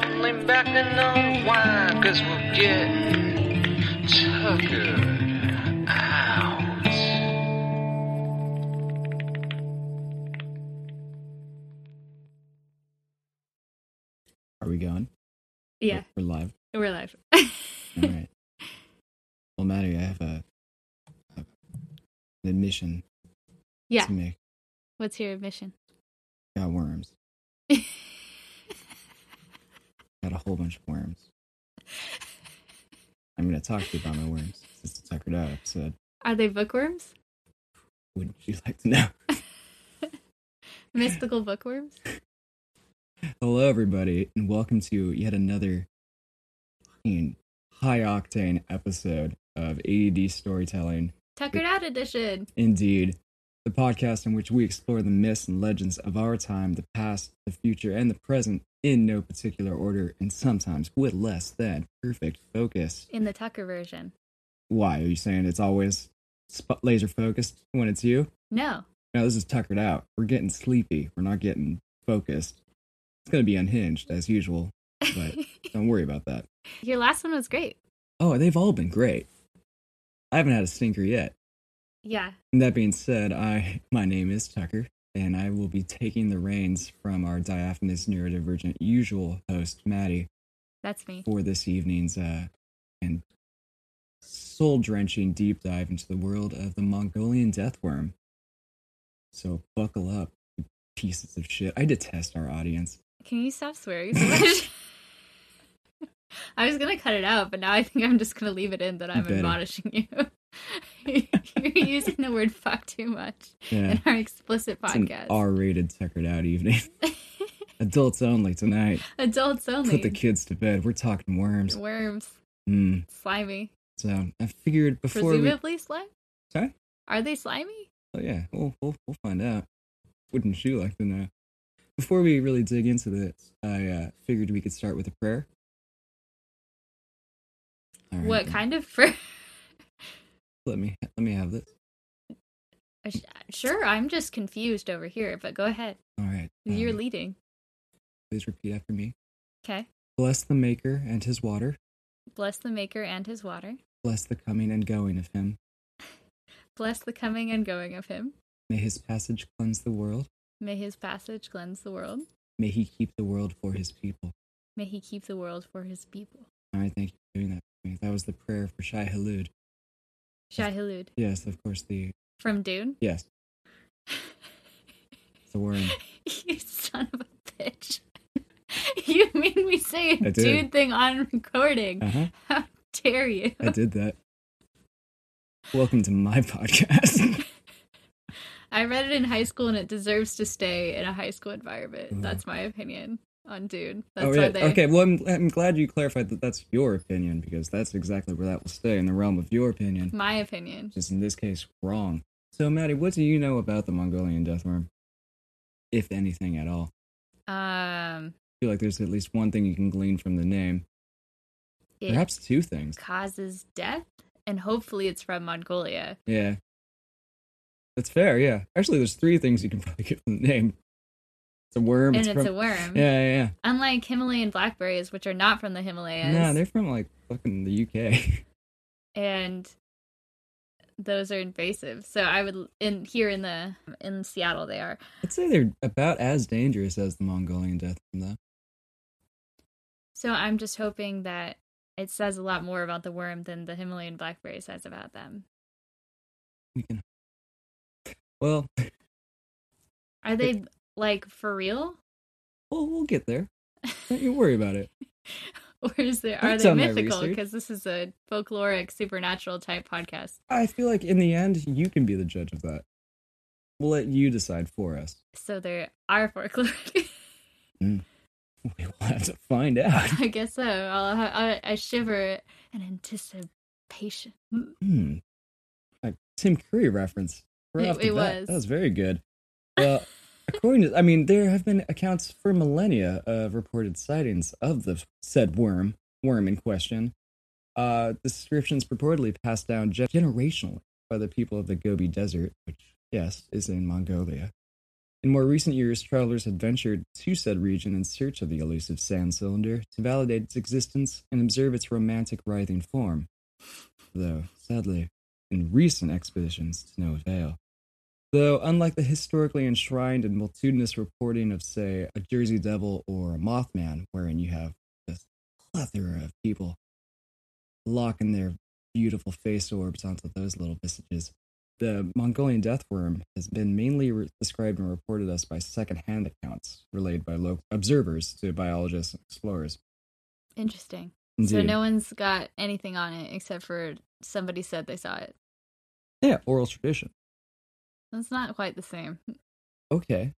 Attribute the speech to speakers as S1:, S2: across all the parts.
S1: trying to know why, cause we're getting tuckered out.
S2: Are we going?
S3: Yeah,
S2: We're live.
S3: we're live.
S2: All right. well, Maddie, I have a, a an admission
S3: Yeah.
S2: to make
S3: What's your admission?
S2: Got worms. Got a whole bunch of worms. I'm going to talk to you about my worms. This is a Tuckered Out episode.
S3: Are they bookworms?
S2: Would you like to know?
S3: Mystical bookworms?
S2: Hello, everybody, and welcome to yet another fucking high octane episode of AED Storytelling.
S3: Tuckered out edition.
S2: Indeed, the podcast in which we explore the myths and legends of our time, the past, the future, and the present in no particular order and sometimes with less than perfect focus.
S3: In the Tucker version.
S2: Why? Are you saying it's always sp- laser focused when it's you?
S3: No.
S2: No, this is tuckered out. We're getting sleepy. We're not getting focused. It's going to be unhinged as usual, but don't worry about that.
S3: your last one was great.
S2: Oh, they've all been great. I haven't had a stinker yet.
S3: Yeah.
S2: And That being said, I my name is Tucker, and I will be taking the reins from our diaphanous neurodivergent usual host Maddie
S3: That's me.
S2: for this evening's uh, and soul drenching deep dive into the world of the Mongolian death worm. So buckle up, you pieces of shit. I detest our audience.
S3: Can you stop swearing so much? I was gonna cut it out, but now I think I'm just gonna leave it in that I'm
S2: Better.
S3: admonishing you. You're using the word fuck too much
S2: Yeah,
S3: in our explicit
S2: it's an
S3: podcast.
S2: R-rated tuckered out evening. Adults only tonight.
S3: Adults only.
S2: Put the kids to bed. We're talking worms.
S3: Worms.
S2: Mm.
S3: Slimy.
S2: So I figured before we
S3: Presumably slime?
S2: Sorry?
S3: Are they slimy?
S2: Oh yeah, we'll we'll, we'll find out. Wouldn't you like to know? Before we really dig into this, I uh, figured we could start with a prayer. All right,
S3: What kind of fur?
S2: Let me let me have this.
S3: Sure, I'm just confused over here, but go ahead.
S2: All right,
S3: You're
S2: um,
S3: leading.
S2: please repeat after me.
S3: Okay.
S2: Bless the Maker and His water.
S3: Bless the Maker and his water.
S2: Bless the coming and going of Him.
S3: Bless the coming and going of him.
S2: May His passage cleanse the world.
S3: May his passage cleanse the world.
S2: May He keep the world for His people.
S3: May he keep the world for his people.
S2: All right, thank you for doing that. For me. That was the prayer for Shai Halud.
S3: Shahilud.
S2: Yes, of course. The
S3: From Dune.
S2: yes, the worm.
S3: you son of a bitch. you made me say a
S2: I did.
S3: dude thing on recording.
S2: Uh huh.
S3: How dare you?
S2: I did that. Welcome to my podcast.
S3: I read it in high school and it deserves to stay in a high school environment.
S2: Ooh.
S3: That's my opinion on Dune. That's
S2: Mm-hmm. oh,
S3: why
S2: yeah.
S3: they
S2: Okay, well, I'm, I'm glad you clarified that that's your opinion because that's exactly where that will stay in the realm of your opinion,
S3: my opinion.
S2: which is in this case wrong. So, Maddie, what do you know about the Mongolian deathworm? If anything at all.
S3: Um
S2: I feel like there's at least one thing you can glean from the name,
S3: it
S2: perhaps two things.
S3: causes death and hopefully it's from Mongolia.
S2: Yeah. That's fair, yeah. Actually, there's three things you can probably get from the name it's a worm.
S3: and it's
S2: from-
S3: a worm.
S2: Yeah, yeah, yeah.
S3: Unlike Himalayan blackberries, which are not from the Himalayas.
S2: No, they're from like fucking the UK.
S3: and those are invasive. So I would in here in the in Seattle they are.
S2: I'd say they're about as dangerous as the Mongolian death worm, though.
S3: So I'm just hoping that it says a lot more about the worm than the Himalayan blackberry says about them.
S2: We can. Well,
S3: Are they like for real?
S2: we'll, we'll get there. Don't you worry about it.
S3: Or is there
S2: I've
S3: are they
S2: done my
S3: mythical?
S2: research.
S3: Because this is a folkloric supernatural type podcast.
S2: I feel like in the end, you can be the judge of that. We'll let you decide for us.
S3: So there are folkloric.
S2: We will have to find out.
S3: I guess so. I'll, I, I shiver in anticipation. Mm,
S2: Hmm. A Tim Curry reference. right
S3: It-
S2: off the
S3: it
S2: bat.
S3: was.
S2: That was very good. Well, according to, I mean, there have been accounts for millennia of reported sightings of the said worm, worm in question. Uh, descriptions purportedly passed down ge- generationally by the people of the Gobi Desert, which, yes, is in Mongolia. In more recent years, travelers had ventured to said region in search of the elusive sand cylinder to validate its existence and observe its romantic writhing form. Though, sadly, in recent expeditions to no avail. Though, unlike the historically enshrined and multitudinous reporting of, say, a Jersey Devil or a Mothman, wherein you have this plethora of people locking their beautiful face orbs onto those little visages, the Mongolian death worm has been mainly re- described and reported us by secondhand accounts relayed by local observers to biologists and explorers.
S3: Interesting. So no one's got anything on it except for somebody said they saw it.
S2: yeah, oral tradition.
S3: That's not quite the same.
S2: Okay.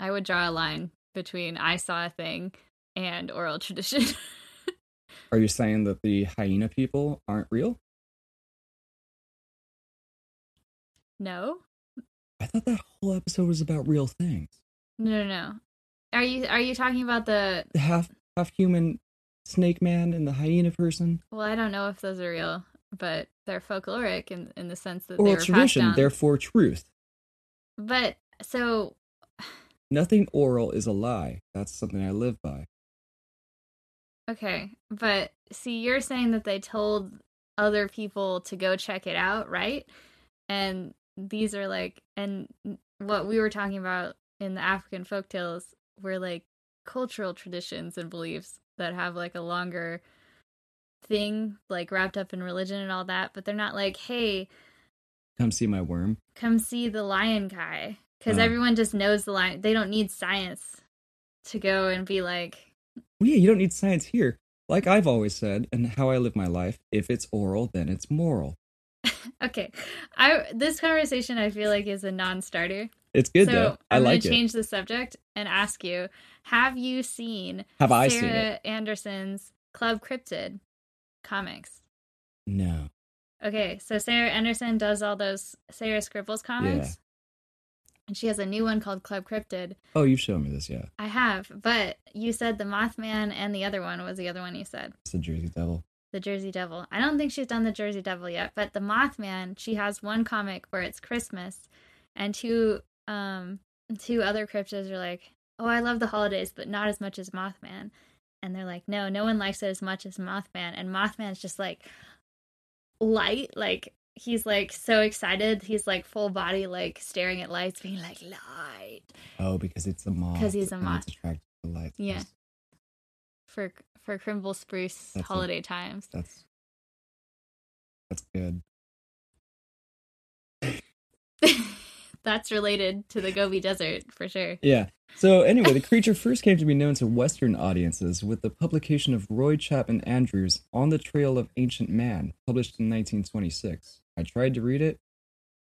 S3: I would draw a line between I saw a thing and oral tradition.
S2: Are you saying that the hyena people aren't real?
S3: no?
S2: I thought that whole episode was about real things.
S3: No, no, no. Are you are you talking about the
S2: The half half human snake man and the hyena person.
S3: well, I don't know if those are real, but they're folkloric in in the sense that they
S2: Oral
S3: were passed
S2: tradition,
S3: down.
S2: therefore truth.
S3: But so
S2: Nothing oral is a lie. That's something I live by.
S3: okay, but see you're saying that they told other people to go check it out, right? And these are like and what we were talking about in the African folktales were like cultural traditions and beliefs that have like a longer thing like wrapped up in religion and all that, but they're not like, "Hey,
S2: Come see my worm.
S3: come see the lion guy because
S2: Oh.
S3: everyone just knows the lion they don't need science to go and be like
S2: Well, yeah, you don't need science here. Like I've always said, and how I live my life, if it's oral, then it's moral.
S3: okay i this conversation i feel like is a non-starter
S2: It's good
S3: so
S2: though. I
S3: i'm
S2: like
S3: gonna
S2: it.
S3: change the subject and ask you have you seen
S2: Have I seen
S3: sarah
S2: it?
S3: anderson's club cryptid comics
S2: No.
S3: okay so sarah anderson does all those sarah scribbles comics and she has a new one called club cryptid
S2: Oh, you've shown me this, yeah.
S3: i have but you said the mothman and the other one was the other one you said
S2: It's the Jersey Devil.
S3: the Jersey Devil. I don't think she's done the Jersey Devil yet, but the Mothman, she has one comic where it's Christmas and two um two other cryptids are like, "Oh, I love the holidays, but not as much as Mothman." And they're like, "No, no one likes it as much as Mothman." And Mothman's just like light, like he's like so excited. He's like full body like staring at lights being like, "Light."
S2: Oh, because it's a moth.
S3: 'Cause he's a
S2: and
S3: moth.
S2: It's attracted to the light.
S3: Yeah. For for Crimble Spruce
S2: That's a-
S3: holiday times.
S2: That's that's good.
S3: That's related to the Gobi Desert for sure.
S2: Yeah. So anyway, the creature first came to be known to Western audiences with the publication of Roy Chapman Andrews' On the Trail of Ancient Man, published in 1926. I tried to read it.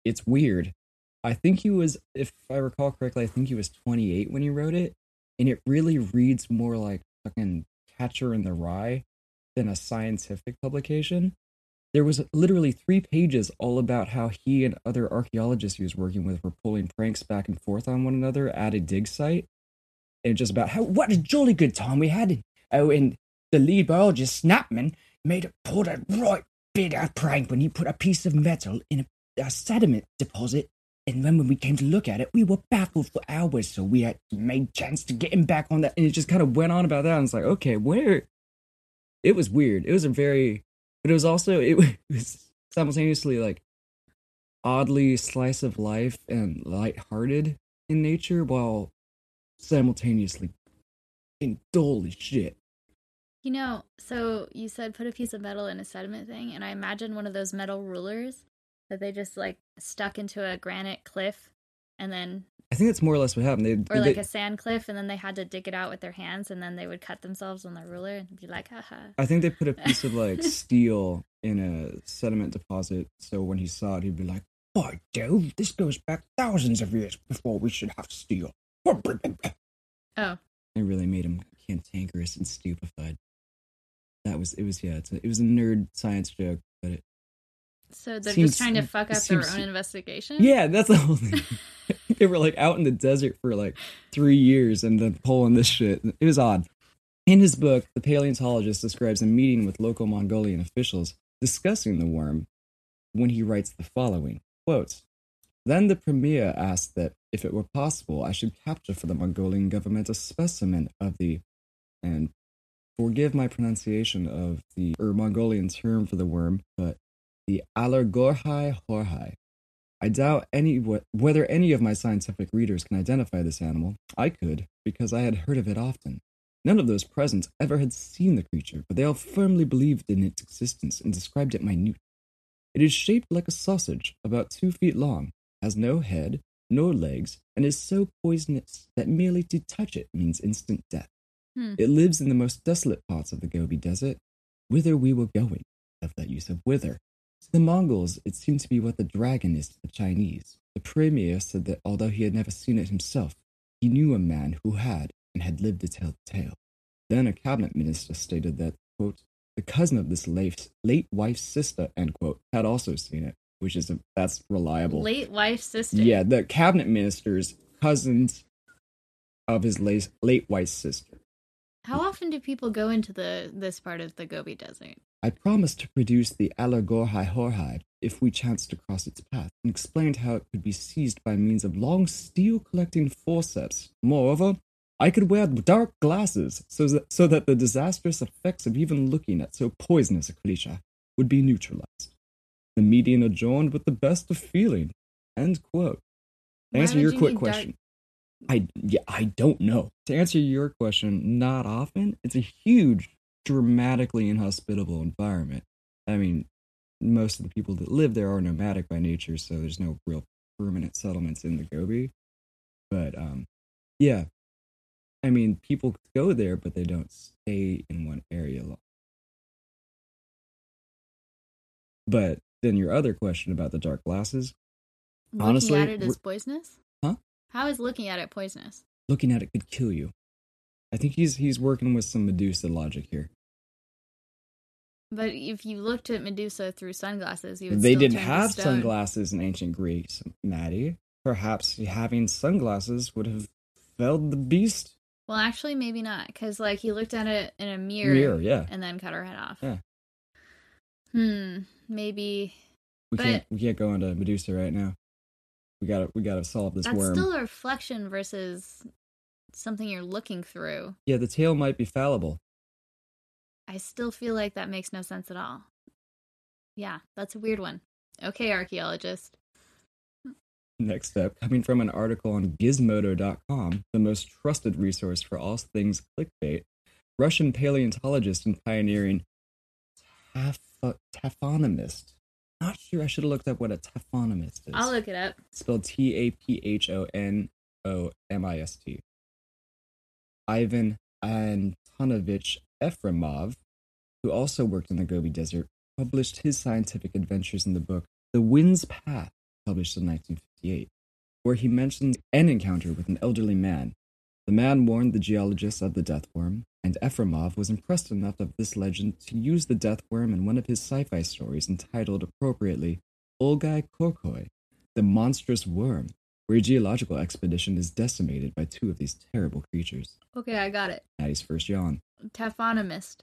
S2: It's weird. I think he was, if I recall correctly, I think he was 28 when he wrote it, and it really reads more like fucking Catcher in the Rye than a scientific publication. There was literally three pages all about how he and other archaeologists he was working with were pulling pranks back and forth on one another at a dig site, and just about how what a jolly good time we had. And, oh, and the lead biologist Snapman made a pulled a right big out prank when he put a piece of metal in a, a sediment deposit, and then when we came to look at it, we were baffled for hours. So we had made chance to get him back on that, and it just kind of went on about that. And it's like, okay, where? It was weird. It was a very but it was also it was simultaneously like oddly slice of life and lighthearted in nature while simultaneously in dull as shit
S3: You know, so you said put a piece of metal in a sediment thing, and I imagine one of those metal rulers that they just like stuck into a granite cliff and then
S2: i think that's more or less what happened they,
S3: or like
S2: they-
S3: a sand cliff and then they had to dig it out with their hands and then they would cut themselves on the ruler and be like haha
S2: i think they put a piece of like steel in a sediment deposit so when he saw it he'd be like by jove this goes back thousands of years before we should have steel it
S3: oh
S2: really made him cantankerous and stupefied that was it was yeah it's a, it was a nerd science joke but it
S3: so they're
S2: Seems-
S3: just trying to fuck up their
S2: seems-
S3: own investigation
S2: Yeah, that's the whole thing. they were like out in the desert for like three years and then pulling this shit. It was odd. In his book, the paleontologist describes a meeting with local Mongolian officials discussing the worm when he writes the following quotes. Then the premier asked that If it were possible, I should capture for the Mongolian government a specimen of the, and forgive my pronunciation of the Ur Mongolian term for the worm, but the Allergorhai horhai. I doubt any wh- whether any of my scientific readers can identify this animal. I could, because I had heard of it often. None of those present ever had seen the creature, but they all firmly believed in its existence and described it minute. It is shaped like a sausage, about two feet long, has no head, nor legs, and is so poisonous that merely to touch it means instant death.
S3: Hmm.
S2: It lives in the most desolate parts of the Gobi Desert, whither we were going. Of that use of whither. To the Mongols, it seemed to be what the dragon is to the Chinese. The premier said that although he had never seen it himself, he knew a man who had and had lived to tell the tale. Then a cabinet minister stated that, quote, the cousin of this late, late wife's sister, end quote, had also seen it, which is, a, that's reliable.
S3: Late wife sister.
S2: Yeah, the cabinet minister's cousins of his late, late wife sister.
S3: How often do people go into the this part of the Gobi Desert?
S2: I promised to produce the Allergorhai Horhai if we chanced to cross its path, and explained how it could be seized by means of long steel collecting forceps. Moreover, I could wear dark glasses so that, so that the disastrous effects of even looking at so poisonous a creature would be neutralized. The meeting adjourned with the best of feeling. End quote. To
S3: Why
S2: answer
S3: would
S2: your
S3: you
S2: quick
S3: need dark-
S2: question. I yeah, I don't know. To answer your question, not often. It's a huge, dramatically inhospitable environment. I mean, most of the people that live there are nomadic by nature, so there's no real permanent settlements in the Gobi. But um yeah. I mean, people go there, but they don't stay in one area long. But then your other question about the dark glasses,
S3: Looking
S2: Honestly,
S3: at it is
S2: we're-
S3: poisonous.
S2: Huh?
S3: How is looking at it poisonous?
S2: looking at it could kill you. I think he's he's working with some Medusa logic here.
S3: But if you looked at Medusa through sunglasses, you would.
S2: They
S3: still
S2: didn't
S3: turn to
S2: have
S3: stone.
S2: sunglasses in ancient Greece, Maddie. Perhaps having sunglasses would have felled the beast.
S3: Well, actually, maybe not, because like he looked at it in a mirror,
S2: Mirror, yeah.
S3: and then cut her head off.
S2: Yeah.
S3: Hmm. Maybe
S2: We
S3: But-
S2: can't we can't go into Medusa right now. We gotta we gotta solve this
S3: that's
S2: worm.
S3: still a reflection versus something you're looking through.
S2: Yeah, the tail might be fallible.
S3: I still feel like that makes no sense at all. Yeah, that's a weird one. Okay, archaeologist.
S2: Next step, coming from an article on Gizmodo.com, the most trusted resource for all things clickbait, Russian paleontologist and pioneering tapho- taphonomist. Not sure I should have looked up what a taphonomist is.
S3: I'll look it up.
S2: Spelled T A P H O N O M I S T. Ivan Antonovich Efremov, who also worked in the Gobi Desert, published his scientific adventures in the book The Wind's Path, published in 1958, where he mentions an encounter with an elderly man. The man warned the geologists of the death worm, and Efremov was impressed enough of this legend to use the death worm in one of his sci fi stories entitled appropriately Olgai Korkoi, the monstrous worm, where a geological expedition is decimated by two of these terrible creatures.
S3: Okay, I got it.
S2: Maddie's first yawn.
S3: Taphonomist.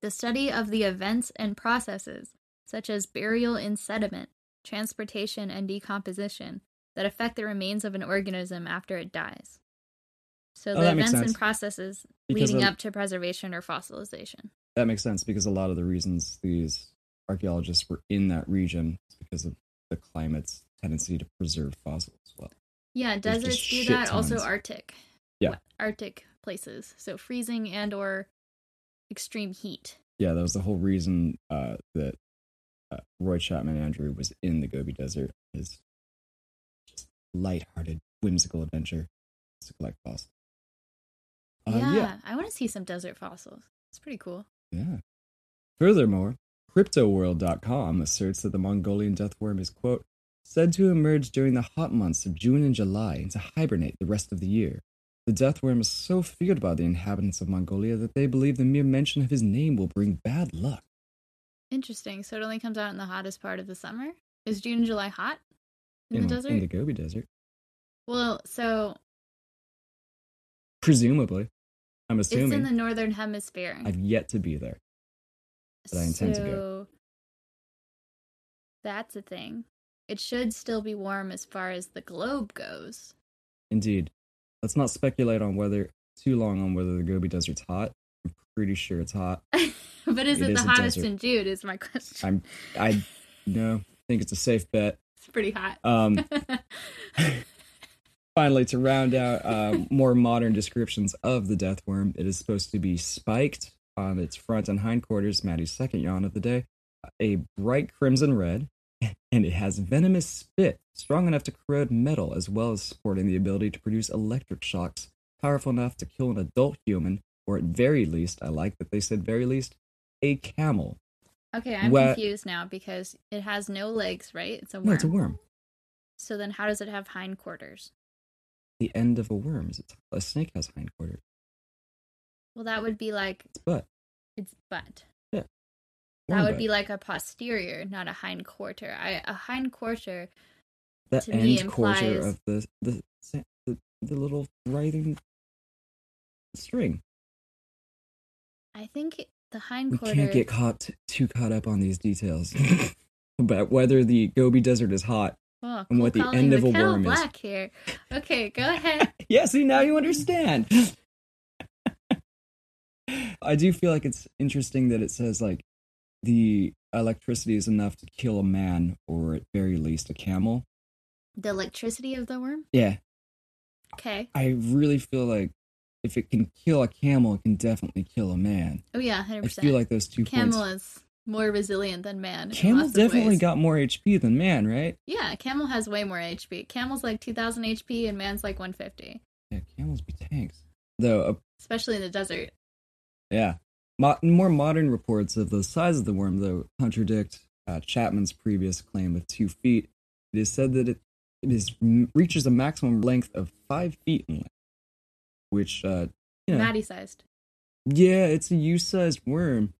S3: The study of the events and processes, such as burial in sediment, transportation, and decomposition, that affect the remains of an organism after it dies. So
S2: Oh,
S3: the
S2: that makes
S3: events and
S2: sense.
S3: processes
S2: Because
S3: leading
S2: of-
S3: up to preservation or fossilization.
S2: That makes sense because a lot of the reasons these archaeologists were in that region is because of the climate's tendency to preserve fossils as well.
S3: Yeah,
S2: There's
S3: deserts
S2: just
S3: do
S2: shit
S3: that. Also,
S2: tons.
S3: Arctic.
S2: Yeah.
S3: Wa- Arctic places. So freezing and or extreme heat.
S2: Yeah, that was the whole reason uh, that uh, Roy Chapman Andrew was in the Gobi Desert, his just lighthearted, whimsical adventure to collect fossils. Uh,
S3: yeah,
S2: yeah,
S3: I want to see some desert fossils. It's pretty cool.
S2: Yeah. Furthermore, CryptoWorld.com asserts that the Mongolian death worm is, quote, said to emerge during the hot months of June and July and to hibernate the rest of the year. The death worm is so feared by the inhabitants of Mongolia that they believe the mere mention of his name will bring bad luck.
S3: Interesting. So it only comes out in the hottest part of the summer. Is June and July hot in, the desert?
S2: Mm-hmm. In the Gobi Desert.
S3: Well, so
S2: Presumably. I'm
S3: it's
S2: assuming.
S3: in the northern hemisphere.
S2: I've yet to be there. but I intend to go.
S3: So That's a thing. it should still be warm as far as the globe goes.
S2: Indeed. Let's not speculate on whether too long on whether the Gobi Desert's hot. I'm pretty sure it's hot.
S3: but is
S2: It
S3: it,
S2: is
S3: the
S2: a
S3: hottest
S2: desert.
S3: in June? Is my question.
S2: I'm I no, I think it's a safe bet.
S3: It's pretty hot.
S2: Um finally to round out uh, more modern descriptions of the death worm, it is supposed to be spiked on its front and hindquarters, Maddie's second yawn of the day, a bright crimson red, and it has venomous spit strong enough to corrode metal as well as sporting the ability to produce electric shocks powerful enough to kill an adult human or at very least, I like that they said very least, a camel.
S3: okay, I'm
S2: Wha-
S3: confused now because it has no legs, right? It's a worm.
S2: No, it's a worm.
S3: So then, how does it have hindquarters?
S2: The end of a worm. is It's, a snake has hindquarters.
S3: Well, that would be like
S2: It's butt.
S3: its butt.
S2: Worm
S3: That would
S2: butt.
S3: be like a posterior, not a hind quarter. I, a hind quarter
S2: the
S3: to
S2: end
S3: me
S2: quarter
S3: implies-
S2: of the the, sa- the the little writhing string.
S3: I think
S2: We
S3: the hind quarter.
S2: can't get caught too caught up on these details about whether the Gobi Desert is hot.
S3: oh,
S2: and what
S3: cool
S2: the
S3: calling
S2: end of a
S3: kettle
S2: worm is.
S3: black here. Okay, go ahead.
S2: Yeah, see now you understand. I do feel like it's interesting that it says like the electricity is enough to kill a man or at very least a camel.
S3: the electricity of the worm.
S2: Yeah,
S3: Okay.
S2: I really feel like if it can kill a camel, it can definitely kill a man.
S3: Oh yeah, hundred
S2: I
S3: percent.
S2: feel like those two points
S3: camel is more resilient than man. in
S2: Camel
S3: lots of
S2: definitely
S3: ways.
S2: got more HP than man, right?
S3: Yeah, camel has way more HP. Camel's like two thousand HP, and man's like one fifty,
S2: Yeah, camels be tanks. Though, uh,
S3: especially in the desert.
S2: yeah. Mo- more modern reports of the size of the worm, though, contradict uh, Chapman's previous claim of two feet. It is said that it, it is, reaches a maximum length of five feet in length, which, uh, you know,
S3: Maddie sized
S2: yeah, it's a U sized worm,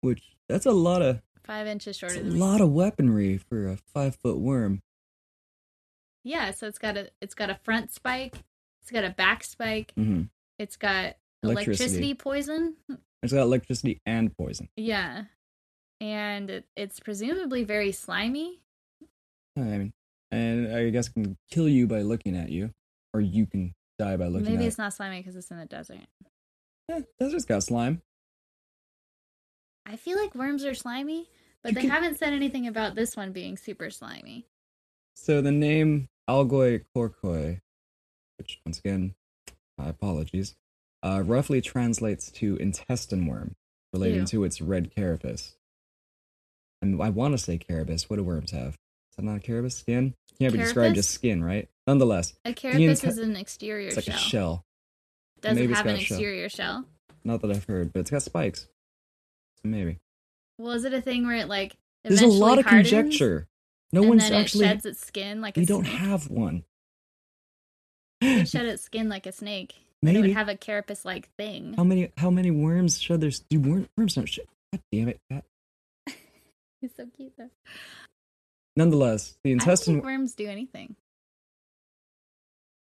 S2: which that's a lot of.
S3: five inches shorter
S2: It's a
S3: than me.
S2: lot of weaponry for a five foot worm.
S3: Yeah, so it's got a it's got a front spike, it's got a back spike,
S2: Mm-hmm.
S3: it's got
S2: Electricity.
S3: electricity, poison.
S2: It's got electricity and poison.
S3: Yeah, and it, it's presumably very slimy.
S2: I mean, and I guess can kill you by looking at you, or you can die by looking
S3: Maybe
S2: at.
S3: it's not slimy because it's in the desert.
S2: Eh, that's just got slime.
S3: I feel like worms are slimy, but
S2: You
S3: they
S2: can-
S3: haven't said anything about this one being super slimy.
S2: So the name Algoi Korkoi, which once again, my apologies, uh, roughly translates to intestine worm, relating
S3: Ew.
S2: to its red carapace. And I want to say carapace. What do worms have? Is that not a carapace skin? Can't be described as
S3: Carapace?
S2: skin, right? Nonetheless,
S3: A carapace
S2: inte-
S3: is an exterior
S2: it's like
S3: shell.
S2: a shell.
S3: Doesn't
S2: Maybe it's
S3: have an
S2: got a shell.
S3: exterior shell.
S2: Not that I've heard, but it's got spikes. So maybe.
S3: Well, is it a thing where it like
S2: There's a lot
S3: eventually
S2: of
S3: hardens,
S2: conjecture. No
S3: and
S2: one's
S3: then
S2: actually
S3: it sheds its skin like
S2: We
S3: a
S2: don't
S3: snake.
S2: have one.
S3: It shed its skin like a snake. and it
S2: Maybe. Um,
S3: would have a carapace like thing.
S2: How many? How many worms should there? Do worm, worms don't shit? God damn it! Cat.
S3: It's so cute though.
S2: Nonetheless, the
S3: I
S2: intestine.
S3: don't think worms do anything.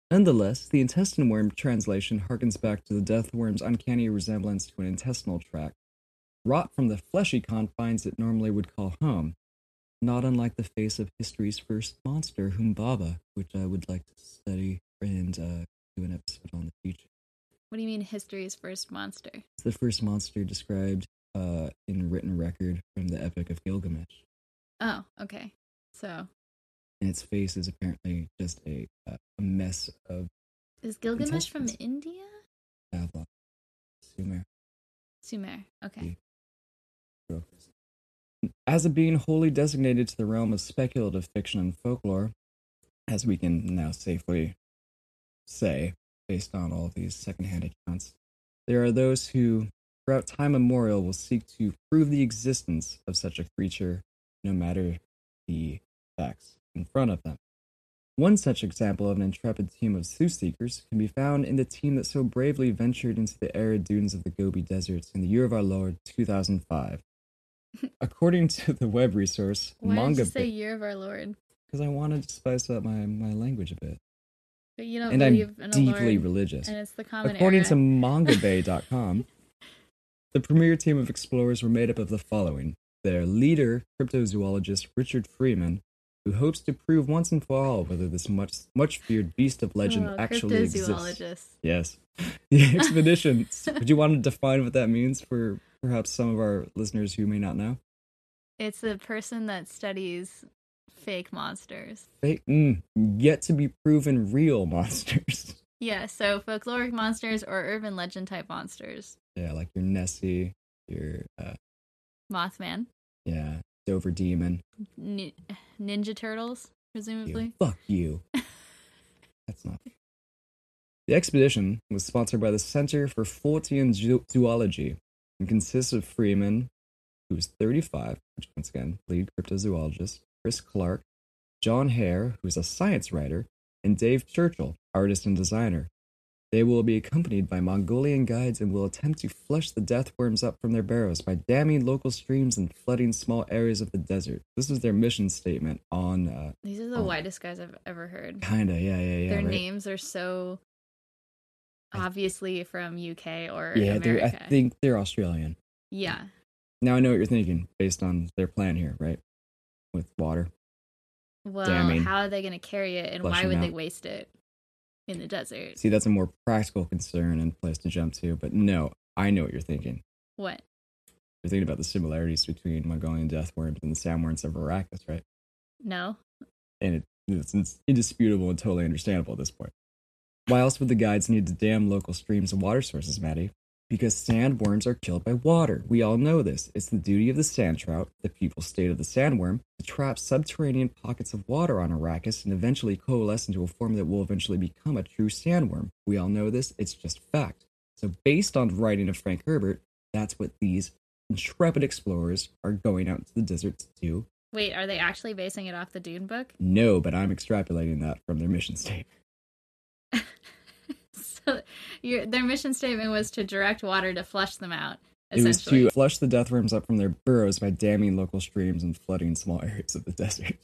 S2: Nonetheless, the intestine worm translation harkens back to the death worm's uncanny resemblance to an intestinal tract, wrought from the fleshy confines it normally would call home, not unlike the face of history's first monster, Humbaba, which I would like to study and uh, do an episode on in the future.
S3: What do you mean history's first monster?
S2: It's the first monster described uh, in written record from the Epic of Gilgamesh,
S3: Oh, okay. So
S2: and its face is apparently just a, uh, a mess of
S3: is Gilgamesh from
S2: Intestines.
S3: India?
S2: Babylon, Sumer.
S3: Sumer.
S2: Mm.
S3: Okay.
S2: As a being wholly designated to the realm of speculative fiction and folklore, as we can now safely say, based on all these secondhand accounts, there are those who, throughout time immemorial, will seek to prove the existence of such a creature, no matter the facts in front of them. One such example of an intrepid team of sleuth seekers can be found in the team that so bravely ventured into the arid dunes of the Gobi Deserts in the year of our Lord 2005. According to the web resource,
S3: Why did
S2: manga
S3: you say year of our Lord?
S2: because I wanted to spice up my, my language a bit.
S3: But you don't
S2: and I'm
S3: believe in a
S2: deeply
S3: Lord,
S2: religious.
S3: and it's the common
S2: According
S3: era.
S2: to mangabay.com, the premier team of explorers were made up of the following their leader, cryptozoologist Richard Freeman, who hopes to prove once and for all whether this much much feared beast of legend
S3: Oh,
S2: actually exists.
S3: cryptozoologist.
S2: Yes. The expedition. Would you want to define what that means for perhaps some of our listeners who may not know?
S3: It's the person that studies fake monsters.
S2: They, mm, yet to be proven real monsters.
S3: Yeah, so folkloric monsters or urban legend type monsters.
S2: Yeah, like your Nessie, your uh,
S3: Mothman,
S2: yeah Dover Demon.
S3: Ni- Ninja Turtles,
S2: you.
S3: presumably.
S2: Fuck you. That's not. The expedition was sponsored by the Center for Fortean Zoo- Zoology and consists of Freeman, who is 35, which once again, lead cryptozoologist, Chris Clark, John Hare, who is a science writer, and Dave Churchill, artist and designer. They will be accompanied by Mongolian guides and will attempt to flush the death worms up from their burrows by damming local streams and flooding small areas of the desert. This is their mission statement on uh,
S3: These are the
S2: Oh.
S3: widest guys I've ever heard.
S2: Kinda, yeah, yeah, yeah.
S3: Their
S2: right?
S3: names are so
S2: I-
S3: obviously from UK or
S2: Yeah, they're, I
S3: America.
S2: think they're Australian.
S3: yeah.
S2: Now I know what you're thinking based on their plan here, right? With water.
S3: Well,
S2: Damning.
S3: how are they going to carry it and
S2: Flush
S3: why
S2: 'em
S3: would they
S2: out.
S3: waste it in the desert?
S2: See, that's a more practical concern and place to jump to. But no, I know what you're thinking.
S3: What?
S2: You're thinking about the similarities between Mongolian death worms and the sandworms of Arrakis, right?
S3: No?
S2: And it, it's, it's indisputable and totally understandable at this point. Why else would the guides need to dam local streams and water sources, Maddie? Because sandworms are killed by water. We all know this. It's the duty of the sand trout, the pupal state of the sandworm, to trap subterranean pockets of water on Arrakis and eventually coalesce into a form that will eventually become a true sandworm. We all know this. It's just fact. So, based on the writing of Frank Herbert, that's what these intrepid explorers are going out into the desert to do.
S3: Wait, are they actually basing it off the Dune book?
S2: No, but I'm extrapolating that from their mission statement.
S3: So your, their mission statement was to direct water to flush them out,
S2: It was
S3: essentially.
S2: to flush the death worms up from their burrows by damming local streams and flooding small areas of the desert.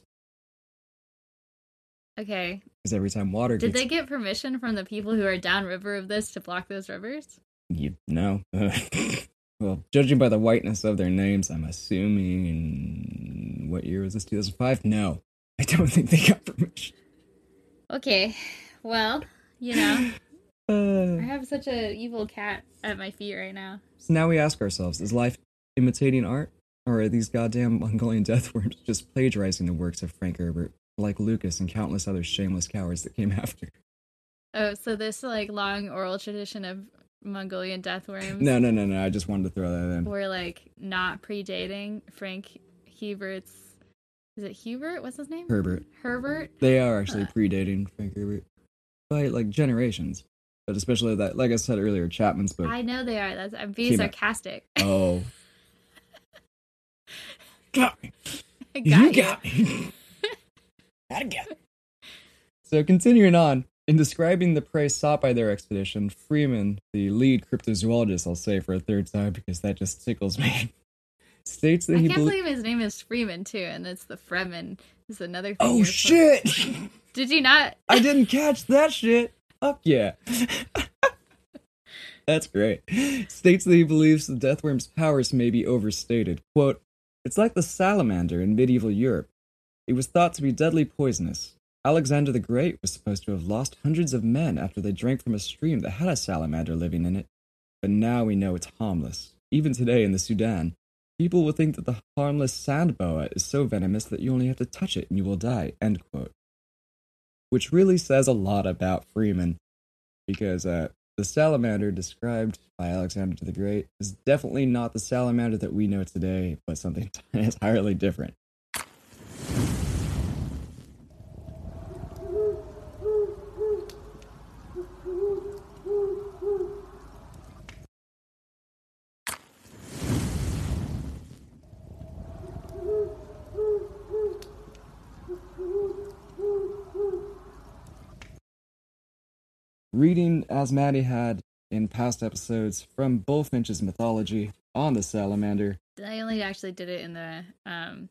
S3: Okay.
S2: Because every time water
S3: Did
S2: gets
S3: they get permission from the people who are downriver of this to block those rivers?
S2: you know, well, judging by the whiteness of their names, I'm assuming. What year was this? 2005? No, I don't think they got permission.
S3: Okay. Well, you know, I
S2: Uh,
S3: have such a evil cat at my feet right now.
S2: so now we ask ourselves: Is life imitating art, or are these goddamn Mongolian death worms just plagiarizing the works of Frank Herbert, like Lucas and countless other shameless cowards that came after?
S3: Oh, so this like long oral tradition of Mongolian death worms
S2: No, no, no, no. I just wanted to throw that in.
S3: were like not predating Frank Hubert's is it Hubert? What's his name?
S2: Herbert.
S3: Herbert?
S2: They are actually
S3: Uh.
S2: predating Frank Herbert by like generations, but especially that, like I said earlier, Chapman's book.
S3: I know they are. That's I'm being
S2: Came out-
S3: sarcastic.
S2: Oh, got me.
S3: I got you.
S2: me. Gotta get. it. So continuing on. In describing the prey sought by their expedition, Freeman, the lead cryptozoologist, I'll say for a third time because that just tickles me, states that
S3: I
S2: he
S3: can't
S2: belie-
S3: believe his name is Freeman too, and it's the Fremen. Is another thing.
S2: Oh
S3: you're-
S2: shit!
S3: Did you not?
S2: I didn't catch that shit. Fuck yeah. That's great. States that he believes the deathworm's powers may be overstated. Quote, It's like the salamander in medieval Europe. It was thought to be deadly poisonous. Alexander the Great was supposed to have lost hundreds of men after they drank from a stream that had a salamander living in it. But now we know it's harmless. Even today in the Sudan, people will think that the harmless sand boa is so venomous that you only have to touch it and you will die. End quote which really says a lot about Freeman because uh, the salamander described by Alexander the Great is definitely not the salamander that we know today, but something entirely different. Reading, as Maddie had in past episodes, from Bullfinch's mythology on the salamander.
S3: I only actually did it in the um.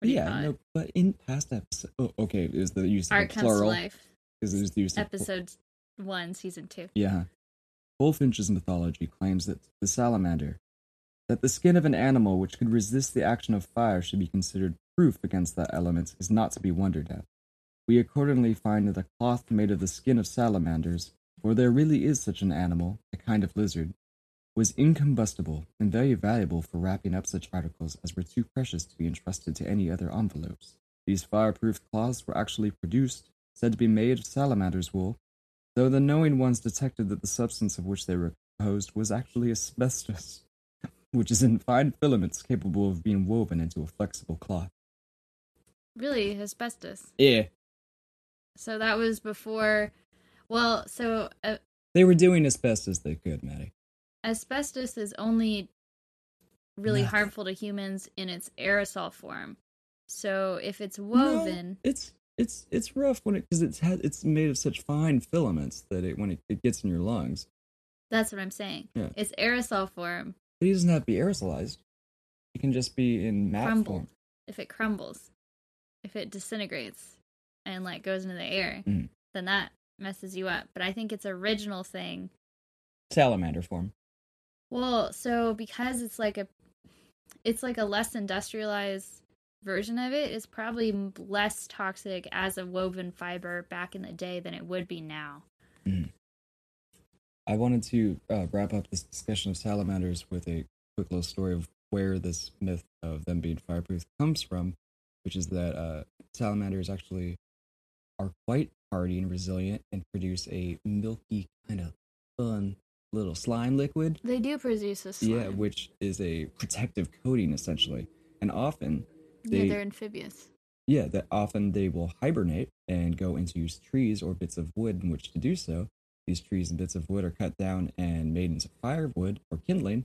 S3: What do you
S2: Yeah,
S3: call it?
S2: no, but in past episodes. Oh, okay, is the use of
S3: Art
S2: the
S3: comes to
S2: plural.
S3: life.
S2: Is it the use of pl-
S3: Episode one, season two.
S2: Yeah. Bullfinch's mythology claims that the salamander, That the skin of an animal which could resist the action of fire should be considered proof against that element is not to be wondered at. We accordingly find that a cloth made of the skin of salamanders, for there really is such an animal, a kind of lizard, was incombustible and very valuable for wrapping up such articles as were too precious to be entrusted to any other envelopes. These fireproof cloths were actually produced, said to be made of salamander's wool, though the knowing ones detected that the substance of which they were composed was actually asbestos, which is in fine filaments capable of being woven into a flexible cloth.
S3: Really, asbestos.
S2: Yeah.
S3: So that was before. Well, so uh,
S2: They were doing as best as they could, Maddie.
S3: asbestos is only really
S2: No.
S3: harmful to humans in its aerosol form. So if it's woven,
S2: It's it's it's rough when it because it's had it's made of such fine filaments that it when it, it gets in your lungs.
S3: that's what I'm saying.
S2: Yeah.
S3: It's aerosol form
S2: But it doesn't have to be aerosolized. It can just be in mat
S3: crumbled.
S2: form.
S3: If it crumbles, if it disintegrates and like goes into the air,
S2: Mm.
S3: then that messes you up. But I think its original thing
S2: Salamander form.
S3: Well, so because it's like a it's like a less industrialized version of it, it's probably m- less toxic as a woven fiber back in the day than it would be now.
S2: I wanted to uh, wrap up this discussion of salamanders with a quick little story of where this myth of them being fireproof comes from, which is that uh, salamanders actually are quite hardy and resilient and produce a milky kind of fun little slime liquid
S3: They do produce a
S2: Yeah, which is a protective coating essentially. And often,
S3: yeah,
S2: they-
S3: they're amphibious.
S2: yeah, that often they will hibernate and go into trees or bits of wood in which to do so. These trees and bits of wood are cut down and made into firewood or kindling.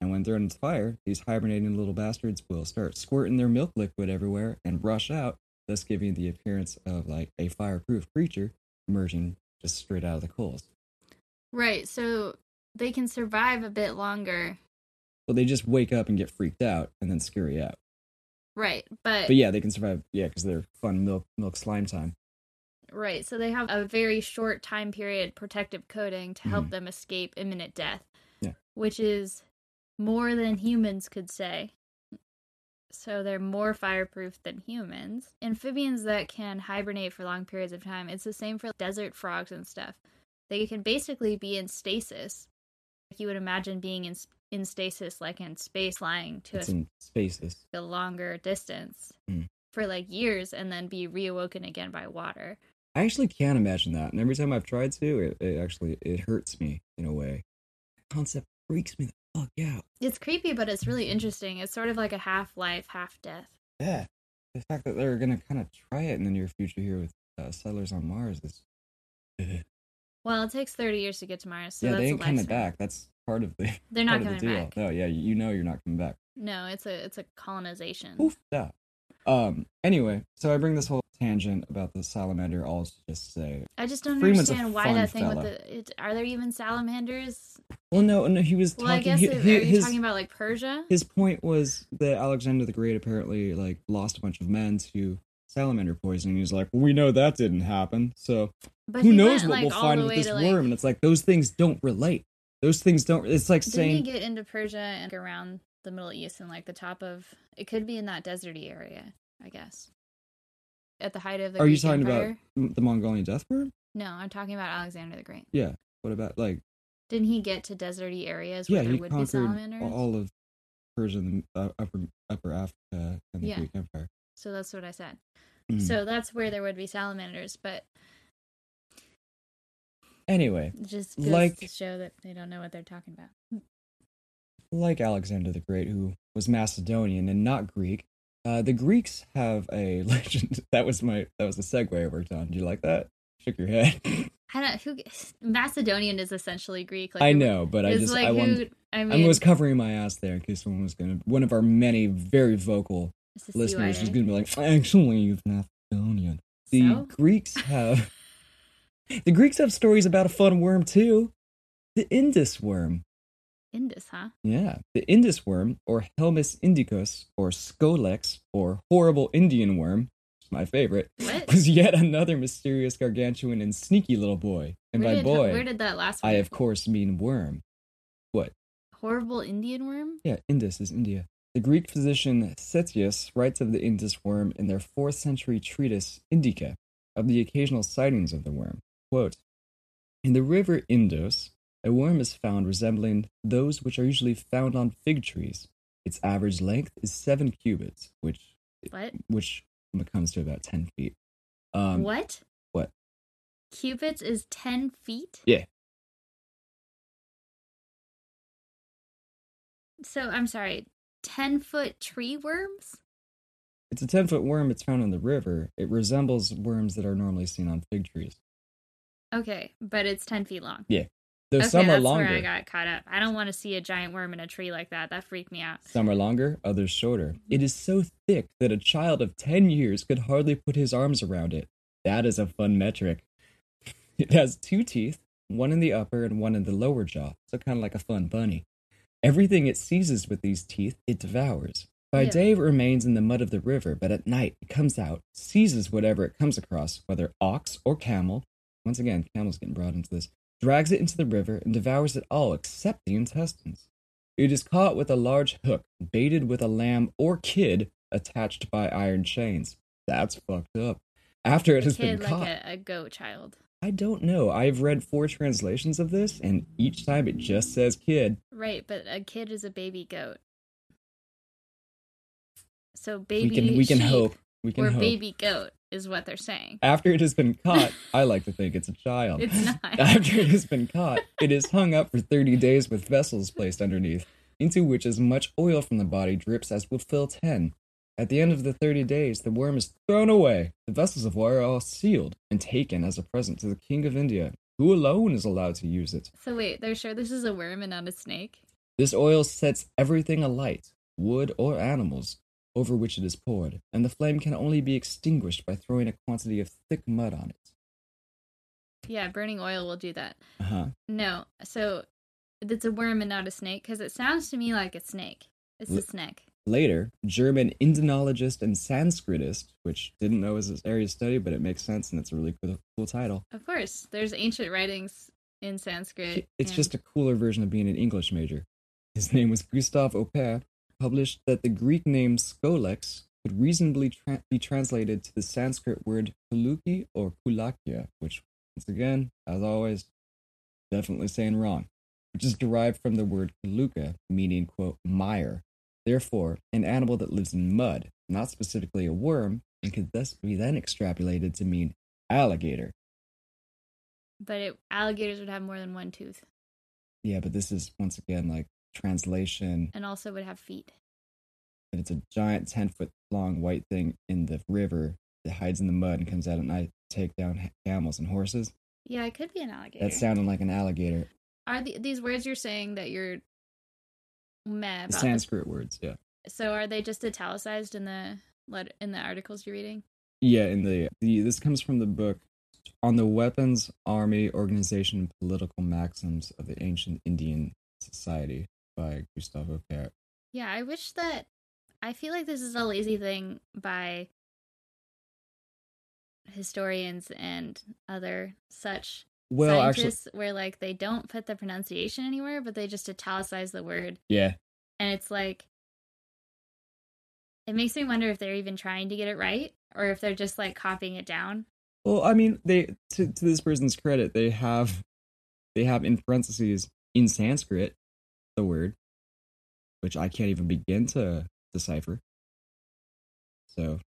S2: And when thrown into fire, these hibernating little bastards will start squirting their milk liquid everywhere and rush out, thus giving the appearance of like a fireproof creature emerging just straight out of the coals.
S3: Right, so they can survive a bit longer.
S2: Well, they just wake up and get freaked out and then scurry out.
S3: Right, but,
S2: But yeah, they can survive. Yeah, because they're fun milk milk slime time.
S3: right, so they have a very short time period protective coating to help them escape imminent death.
S2: Mm. Yeah.
S3: Which is more than humans could say. So they're more fireproof than humans. Amphibians that can hibernate for long periods of time, it's the same for desert frogs and stuff. They can basically be in stasis. Like you would imagine being in, in stasis, like in space, flying to a
S2: It's in spaces.
S3: a longer distance
S2: Mm.
S3: for like years and then be reawoken again by water.
S2: I actually can't imagine that. And every time I've tried to, it, it actually it hurts me in a way. The concept freaks me the fuck out.
S3: It's creepy, but it's really interesting. It's sort of like a half life, half death.
S2: Yeah, the fact that they're gonna kind of try it in the near future here with uh, settlers on Mars is
S3: Well, it takes 30 years to get to Mars, so
S2: yeah,
S3: that's
S2: they ain't
S3: a
S2: coming
S3: lifespan.
S2: back. That's part of the
S3: They're
S2: part
S3: not coming
S2: of the deal.
S3: back.
S2: No, yeah, you know you're not coming back.
S3: No, it's a it's a colonization.
S2: Oof, yeah. Um. Anyway, so I bring this whole tangent about the salamander all to just say
S3: I just don't
S2: Freeman's a
S3: understand why
S2: fun
S3: that thing with
S2: fella.
S3: the it, are there even salamanders?
S2: Well, no, no, he was
S3: Well, I
S2: talking.
S3: guess
S2: he-
S3: it,
S2: he-
S3: are you
S2: his,
S3: talking about like Persia?
S2: his point was that Alexander the Great apparently like lost a bunch of men to salamander poisoning. He's like, well, we know that didn't happen, so
S3: But
S2: who
S3: he
S2: knows
S3: went,
S2: what
S3: like,
S2: we'll
S3: all
S2: find
S3: the
S2: with
S3: way
S2: this
S3: to,
S2: worm?
S3: like-
S2: and it's like those things don't relate. Those things don't. It's like
S3: Didn't he
S2: saying
S3: get into Persia and around the Middle East and like the top of it could be in that deserty area, I guess. At the height of the
S2: Are you
S3: Greek
S2: talking about-
S3: Empire.
S2: m- the Mongolian death worm.
S3: No, I'm talking about Alexander the Great.
S2: Yeah. What about like
S3: Didn't he get to deserty areas
S2: yeah?
S3: where
S2: He
S3: there would be
S2: conquered
S3: salamanders?
S2: all of Persia, and the uh, upper upper Africa, and the
S3: Yeah.
S2: Greek Empire.
S3: So that's what I said.
S2: Mhm.
S3: So that's where there would be salamanders, but
S2: anyway,
S3: it just goes
S2: Like-
S3: to show that they don't know what they're talking about.
S2: like Alexander the Great, who was Macedonian and not Greek. Uh, the Greeks have a legend. That was my that was the segue I worked on. Do you like that? Shook your head.
S3: I don't who Macedonian is essentially Greek. Like
S2: I
S3: who-
S2: know, but I
S3: it's
S2: just
S3: like
S2: I
S3: who
S2: wanted,
S3: I
S2: I
S3: mean
S2: was covering my ass there in case someone was gonna one of our many very vocal
S3: it's a
S2: listeners was
S3: CYA.
S2: gonna be like, actually, you've Macedonian. The
S3: So?
S2: Greeks have the Greeks have stories about a fun worm too, the Indus worm.
S3: Indus, huh?
S2: Yeah, the Indus worm, or Helmus indicus, or Scolex, or horrible Indian worm, which is my favorite,
S3: What?
S2: was yet another mysterious, gargantuan, and sneaky little boy. And
S3: where
S2: by
S3: did,
S2: boy,
S3: where did that last one
S2: I of course mean worm. What?
S3: horrible Indian worm?
S2: Yeah, Indus is India. The Greek physician Setius writes of the Indus worm in their 4th century treatise Indica of the occasional sightings of the worm. Quote, in the river Indus, a worm is found resembling those which are usually found on fig trees. Its average length is seven cubits, which
S3: What?
S2: which comes to about ten feet. Um,
S3: what?
S2: what?
S3: Cubits is 10 feet?
S2: Yeah.
S3: So I'm sorry, 10 foot tree worms?
S2: It's a ten foot worm. It's found in the river. It resembles worms that are normally seen on fig trees,
S3: Okay, but it's 10 feet long.
S2: though
S3: okay,
S2: some are
S3: that's
S2: longer.
S3: where I got caught up. I don't want to see a giant worm in a tree like that. That freaked me out.
S2: Some are longer, others shorter. It is so thick that a child of 10 years could hardly put his arms around it. That is a fun metric. It has two teeth, one in the upper and one in the lower jaw, so kind of like a fun bunny. Everything it seizes with these teeth, it devours. By
S3: Yeah.
S2: day, it remains in the mud of the river, but at night, it comes out, seizes whatever it comes across, whether ox or camel. Once again, camel's getting brought into this. Drags it into the river and devours it all except the intestines. It is caught with a large hook, baited with a lamb or kid attached by iron chains. That's fucked up. After it
S3: A
S2: has been
S3: kid like
S2: caught,
S3: a, a goat child.
S2: I don't know. I've read four translations of this, and each time it just says kid.
S3: Right, but a kid is a baby goat. So
S2: We
S3: baby
S2: can we can
S3: sheep
S2: hope. We can
S3: or
S2: hope.
S3: baby goat is what they're saying.
S2: After it has been caught, I like to think it's a child.
S3: It's not.
S2: After it has been caught, it is hung up for 30 days with vessels placed underneath, into which as much oil from the body drips as will fill 10. At the end of the 30 days, the worm is thrown away. The vessels of oil are all sealed and taken as a present to the king of India, who alone is allowed to use it.
S3: So wait, they're sure this is a worm and not a snake?
S2: This oil sets everything alight, wood or animals, over which it is poured, and the flame can only be extinguished by throwing a quantity of thick mud on it.
S3: Yeah, burning oil will do that.
S2: Uh huh.
S3: No, so it's a worm and not a snake because it sounds to me like a snake. It's a
S2: Li-
S3: snake.
S2: Later, German Indianologist and Sanskritist, which didn't know was his area of study, but it makes sense and it's a really cool, cool title.
S3: Of course, there's ancient writings in Sanskrit.
S2: It's
S3: and-
S2: just a cooler version of being an English major. His name was Gustave Aubert, published that the Greek name Skolex could reasonably tra- be translated to the Sanskrit word Kuluki or Kulakia, which, once again, as always, definitely saying wrong, which is derived from the word Kuluka, meaning, quote, mire. Therefore, an animal that lives in mud, not specifically a worm, and could thus be then extrapolated to mean alligator.
S3: but it, alligators would have more than one tooth,
S2: Yeah, but this is, once again, like translation
S3: and also would have feet.
S2: and it's a giant 10 foot long white thing in the river that hides in the mud and comes out at night to take down ha- camels and horses.
S3: Yeah, it could be an alligator.
S2: That sounded like an alligator.
S3: Are the, these words you're saying that you're meh about?
S2: The
S3: the-
S2: Sanskrit words, yeah.
S3: so are they just italicized in the let in the articles you're reading?
S2: Yeah, in the, the this comes from the book on the weapons, army, organization, and political maxims of the ancient Indian society by Gustavo Pert.
S3: Yeah, I wish that. I feel like this is a lazy thing by historians and other such
S2: Well, actually,
S3: scientists, where like they don't put the pronunciation anywhere, but they just italicize the word,
S2: yeah,
S3: and it's like it makes me wonder if they're even trying to get it right, or if they're just like copying it down.
S2: Well, I mean, they to, to this person's credit, they have they have in parentheses in Sanskrit the word, which I can't even begin to decipher. So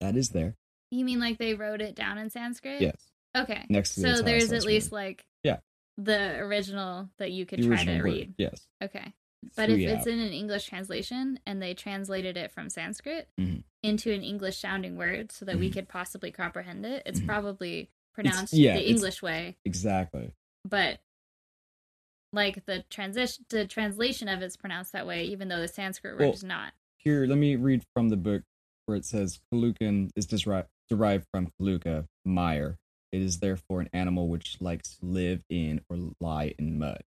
S2: that is there.
S3: You mean like they wrote it down in Sanskrit?
S2: Yes.
S3: Okay.
S2: Next to the
S3: so there's at
S2: italicized
S3: least
S2: word.
S3: like
S2: Yeah.
S3: the original that you could
S2: the
S3: try
S2: original
S3: to
S2: word.
S3: read.
S2: Yes.
S3: Okay. But
S2: Three
S3: if it's
S2: out.
S3: in an English translation and they translated it from Sanskrit
S2: Mhm.
S3: into an English sounding word so that we could possibly comprehend it, it's
S2: Mhm.
S3: probably pronounced
S2: Mm-hmm. yeah,
S3: the
S2: it's-
S3: English way,
S2: exactly.
S3: but like the transition the translation of it's pronounced that way even though the Sanskrit word
S2: Well-
S3: is not.
S2: Here, let me read from the book where it says Kalukan is desri- derived from Kaluka, mire. It is therefore an animal which likes to live in or lie in mud.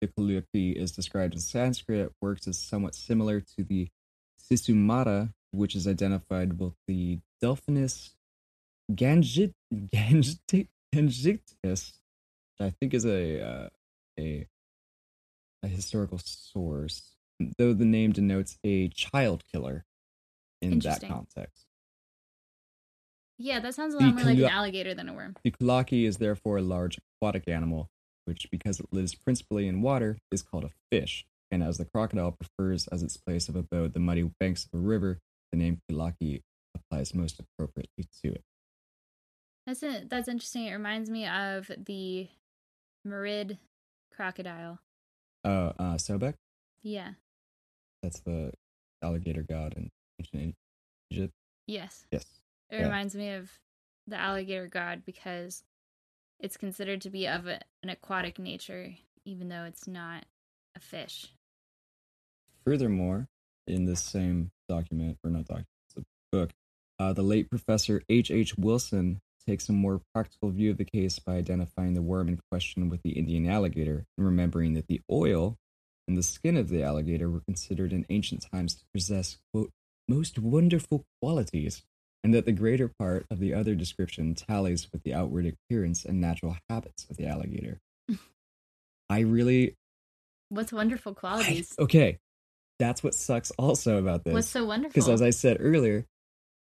S2: The Kaluki is described in Sanskrit works as somewhat similar to the Sisumata, which is identified with the Delphinus gangit gangit gangitis, which I think is a uh, a a historical source, though the name denotes a child killer in that
S3: Interesting.
S2: context.
S3: Yeah, that sounds a
S2: The
S3: lot more like an
S2: Kalu-
S3: alligator than a worm.
S2: The kulaki is therefore a large aquatic animal, which, because it lives principally in water, is called a fish. And as the crocodile prefers as its place of abode the muddy banks of a river, the name kulaki applies most appropriately to it.
S3: That's in, that's interesting. It reminds me of the Merid crocodile.
S2: Oh, uh, Sobek?
S3: Yeah.
S2: That's the alligator god in ancient Egypt.
S3: Yes.
S2: Yes.
S3: It
S2: Yeah.
S3: reminds me of the alligator god because it's considered to be of a, an aquatic nature, even though it's not a fish.
S2: Furthermore, in this same document, or not document, it's a book, uh, the late Professor H. H. Wilson takes a more practical view of the case by identifying the worm in question with the Indian alligator and remembering that the oil and the skin of the alligator were considered in ancient times to possess, quote, most wonderful qualities, and that the greater part of the other description tallies with the outward appearance and natural habits of the alligator. I really
S3: What's wonderful
S2: I-
S3: qualities?
S2: okay. That's what sucks also about
S3: What's
S2: this.
S3: so wonderful?
S2: Because as I said earlier,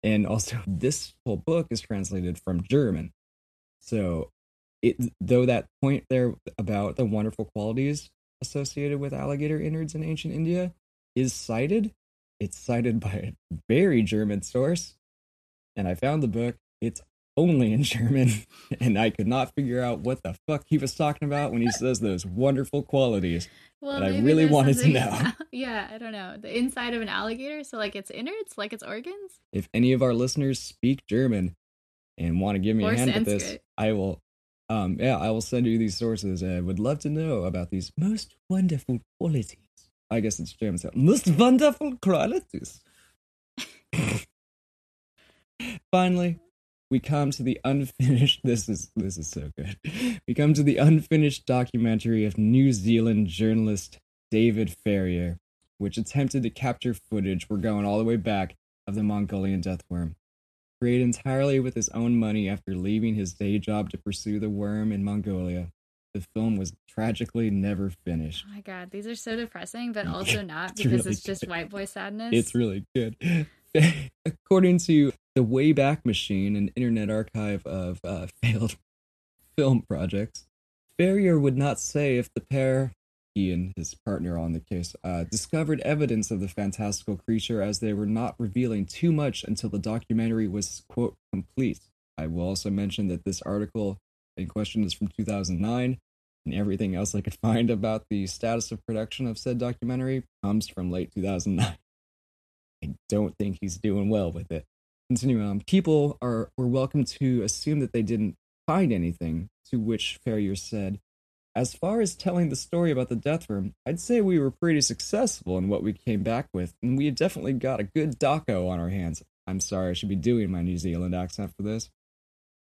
S2: and also this whole book is translated from German. So it though that point there about the wonderful qualities associated with alligator innards in ancient India is cited, it's cited by a very German source. And I found the book. It's only in German, and I could not figure out what the fuck he was talking about when he says those wonderful qualities.
S3: well,
S2: and I
S3: maybe
S2: really
S3: there's
S2: wanted to
S3: something-
S2: know.
S3: yeah, I don't know. The inside of an alligator, so like its innards, like its organs?
S2: if any of our listeners speak German and want to give me
S3: Or
S2: a hand with this,
S3: Sanskrit.
S2: I will. Um, yeah, I will send you these sources. and would love to know about these most wonderful qualities. I guess it's German. So most wonderful qualities. Finally, we come to the unfinished. This is this is so good. We come to the unfinished documentary of New Zealand journalist David Ferrier, which attempted to capture footage. We're going all the way back of the Mongolian death worm. Created entirely with his own money after leaving his day job to pursue the worm in Mongolia, the film was tragically never finished.
S3: Oh my god, these are so depressing, but
S2: Yeah,
S3: also not
S2: it's
S3: because
S2: really
S3: it's just
S2: good.
S3: white boy sadness.
S2: It's really good. According to the Wayback Machine, an internet archive of uh, failed film projects, Ferrier would not say if the pair, he and his partner on the case, uh, discovered evidence of the fantastical creature as they were not revealing too much until the documentary was, quote, complete. I will also mention that this article in question is from 2009 and everything else I could find about the status of production of said documentary comes from late 2009. I don't think he's doing well with it. Continuing on, people are were welcome to assume that they didn't find anything, to which Ferrier said, As far as telling the story about the death room, I'd say we were pretty successful in what we came back with, and we have definitely got a good doco on our hands. I'm sorry, I should be doing my New Zealand accent for this,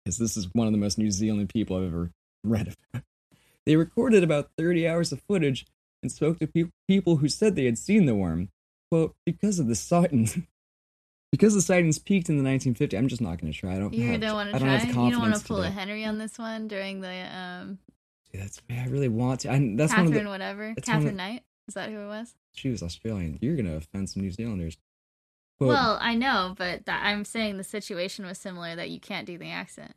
S2: because this is one of the most New Zealand people I've ever read about. They recorded about 30 hours of footage and spoke to pe- people who said they had seen the worm. Quote, because of the sightings. Because the sightings peaked in the 1950s, I'm just not going to try. I don't.
S3: you
S2: have,
S3: don't want
S2: I
S3: to
S2: don't
S3: try.
S2: Have
S3: You
S2: the
S3: don't want
S2: confidence
S3: to pull
S2: today.
S3: a Henry on this one during the um
S2: Dude, that's I really want to. I, that's one of
S3: Catherine
S2: the.
S3: whatever.
S2: that's one of
S3: Catherine
S2: the-
S3: Knight. Is that who it was?
S2: She was Australian. You're gonna offend some New Zealanders. Quote,
S3: Well, I know, but that I'm saying the situation was similar that you can't do the accent.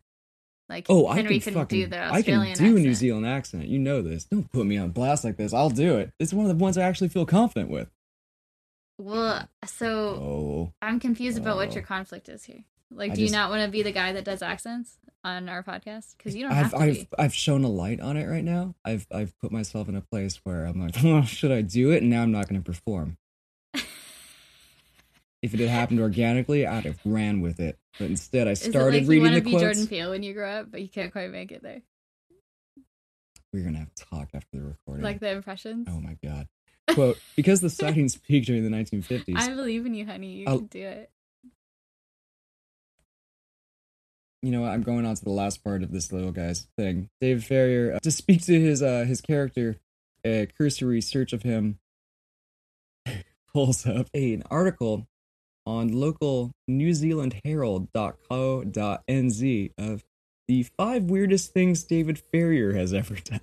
S3: Like
S2: oh, I
S3: Henry
S2: can
S3: couldn't
S2: fucking.
S3: do the
S2: I can do
S3: Australian
S2: New
S3: accent.
S2: Zealand accent. You know this. Don't put me on blast like this. I'll do it. It's one of the ones I actually feel confident with.
S3: Well, so
S2: Oh,
S3: I'm confused about
S2: Oh.
S3: what your conflict is here. Like,
S2: I
S3: do you
S2: just-
S3: not want to be the guy that does accents on our podcast? Because you don't have
S2: I've
S3: to
S2: I've
S3: be.
S2: I've shown a light on it right now. I've I've put myself in a place where I'm like, oh, should I do it? And now I'm not going to perform. if it had happened organically, I'd have ran with it. But instead, I
S3: Is it
S2: started
S3: like you
S2: reading
S3: want
S2: the
S3: to be
S2: quotes.
S3: Jordan Peele when you grow up, but you can't quite make it there?
S2: We're gonna have to talk after the recording.
S3: Like the impressions.
S2: Oh my god. Quote, because the sightings peaked during the 1950s.
S3: I believe in you, honey. You
S2: I'll-
S3: can do it.
S2: you know, what, I'm going on to the last part of this little guy's thing. David Ferrier, uh, to speak to his uh, his character, a cursory search of him pulls up an article on local New Zealand Herald.co.nz of the five weirdest things David Ferrier has ever done.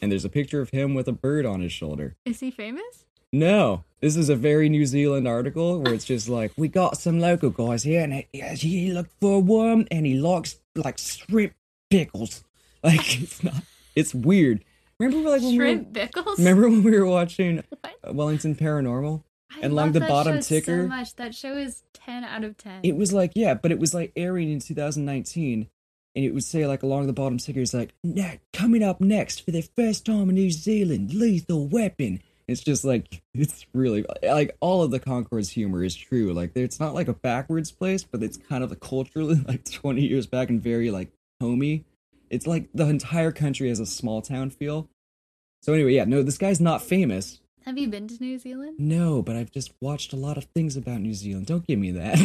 S2: and there's a picture of him with a bird on his shoulder.
S3: Is he famous?
S2: No, this is a very New Zealand article where it's just like we got some local guys here, and he, he looked for a worm, and he likes like shrimp pickles. Like it's not, it's weird. Remember like when
S3: Shrimp pickles.
S2: we were, remember when we were watching
S3: What?
S2: Wellington Paranormal?
S3: I
S2: and along
S3: love
S2: the
S3: that
S2: bottom
S3: show
S2: ticker-
S3: So much that show is ten out of ten.
S2: It was like yeah, but it was like airing in 2019, and it would say like along the bottom sticker is like now coming up next for the first time in New Zealand, Lethal Weapon. It's just like it's really like all of the Concord's humor is true. Like it's not like a backwards place, but it's kind of culturally like 20 years back and very like homey. It's like the entire country has a small town feel. So anyway, yeah, no, this guy's not famous.
S3: Have you been to New Zealand?
S2: No, but I've just watched a lot of things about New Zealand. Don't give me that.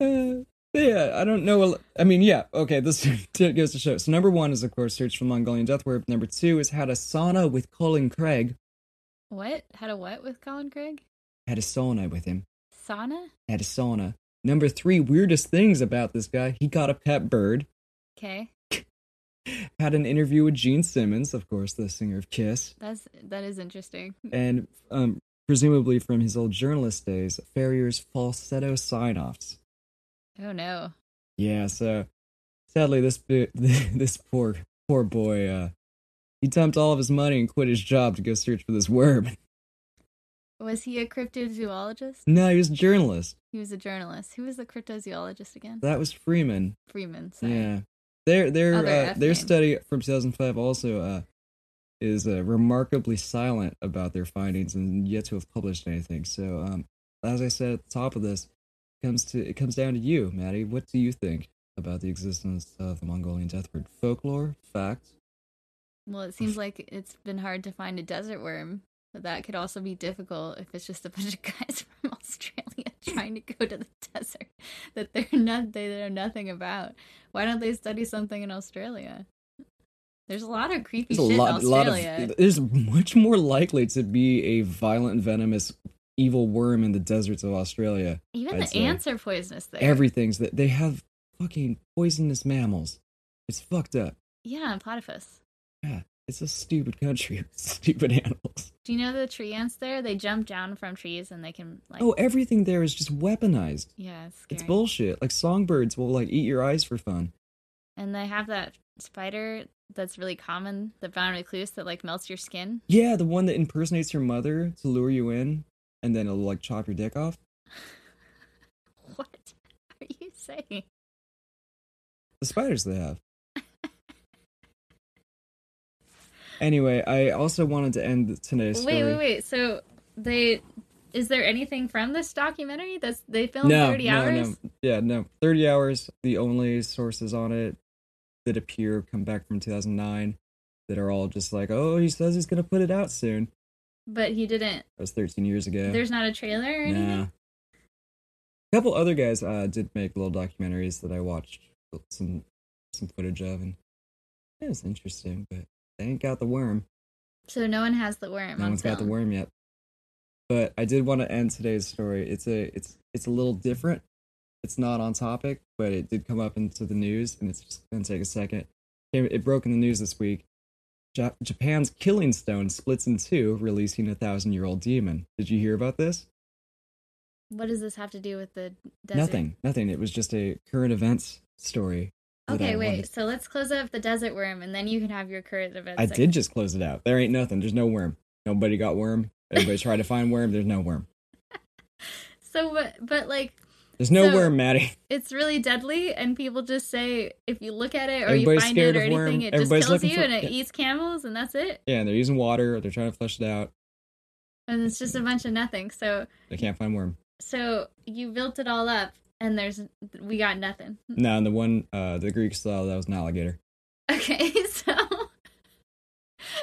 S2: Uh, yeah, I don't know. a l- I mean, yeah, okay, this goes to show. So, number one is, of course, Search for Mongolian Death Word. Number two is Had a Sauna with Colin Craig.
S3: What? Had a what with Colin Craig?
S2: Had a sauna with him.
S3: Sauna?
S2: Had a sauna. Number three, weirdest things about this guy. He got a pet bird.
S3: Okay,
S2: Had an interview with Gene Simmons, of course, the singer of Kiss.
S3: that's that is interesting.
S2: and um, presumably from his old journalist days, Ferrier's falsetto sign-offs.
S3: Oh no.
S2: Yeah, so sadly, this bi- this poor poor boy, uh, he dumped all of his money and quit his job to go search for this worm.
S3: Was he a cryptozoologist?
S2: No, he was a journalist.
S3: He was a journalist. Who was the cryptozoologist again?
S2: That was Freeman.
S3: Freeman. Sorry.
S2: Yeah, their their
S3: Other
S2: uh,
S3: F
S2: their
S3: name.
S2: study from 2005 also uh, is uh, remarkably silent about their findings and yet to have published anything. So, um, as I said at the top of this, comes to it comes down to you, Maddie. What do you think about the existence of the Mongolian death bird? Folklore, fact.
S3: Well, it seems like it's been hard to find a desert worm, but that could also be difficult if it's just a bunch of guys from Australia trying to go to the desert that they're not they know nothing about. Why don't they study something in Australia? There's a lot of creepy
S2: There's a
S3: shit
S2: lot,
S3: in
S2: lot
S3: Australia.
S2: of. There's much more likely to be a violent, venomous, evil worm in the deserts of Australia.
S3: Even
S2: I'd
S3: the
S2: say.
S3: ants are poisonous there.
S2: Everything's that they have fucking poisonous mammals. It's fucked up.
S3: yeah, and platypus.
S2: Yeah, it's a stupid country. with Stupid animals.
S3: Do you know the tree ants there? They jump down from trees and they can like
S2: Oh, everything there is just weaponized.
S3: yeah, it's
S2: It's
S3: scary.
S2: bullshit. Like songbirds will like eat your eyes for fun.
S3: And they have that spider that's really common, the brown recluse that like melts your skin.
S2: Yeah, the one that impersonates your mother to lure you in, and then it'll like chop your dick off.
S3: What are you saying?
S2: The spiders they have. anyway, I also wanted to end today's story.
S3: Wait, wait, wait. So they is there anything from this documentary that's they filmed
S2: no,
S3: 30
S2: no,
S3: hours?
S2: no. Yeah, no. 30 hours. The only sources on it that appear come back from 2009 that are all just like, oh, he says he's going to put it out soon.
S3: But he didn't.
S2: That was 13 years ago.
S3: There's not a trailer or anything.
S2: Nah. A couple other guys uh, did make little documentaries that I watched some some footage of, and it was interesting, but they ain't got the worm.
S3: So no one has the worm.
S2: No
S3: on
S2: one's got the
S3: film.
S2: worm yet. But I did want to end today's story. It's a it's it's a little different. It's not on topic, but it did come up into the news, and it's just gonna take a second. It it broke in the news this week. Ja- Japan's Killing Stone splits in two, releasing a thousand-year-old demon. Did you hear about this?
S3: What does this have to do with the desert?
S2: Nothing, nothing. It was just a current events story. that
S3: Okay,
S2: I
S3: wait.
S2: wanted-
S3: So let's close up the desert worm and then you can have your current events.
S2: I
S3: section.
S2: did just close it out. There ain't nothing. There's no worm. Nobody got worm. Everybody tried to find worm. There's no worm.
S3: So but but like
S2: There's no
S3: So-
S2: worm, Maddie.
S3: it's really deadly and people just say if you look at it or
S2: Everybody's
S3: you find
S2: scared
S3: it or
S2: of
S3: anything
S2: worm.
S3: it
S2: Everybody's
S3: just kills
S2: looking
S3: you
S2: for-
S3: and it
S2: yeah.
S3: eats camels and that's it
S2: Yeah, and they're using water. They're trying to flush it out.
S3: and it's just a bunch of nothing so
S2: They can't find worm.
S3: so you built it all up and there's we got nothing
S2: No, and the one uh the Greeks saw that was an alligator.
S3: okay so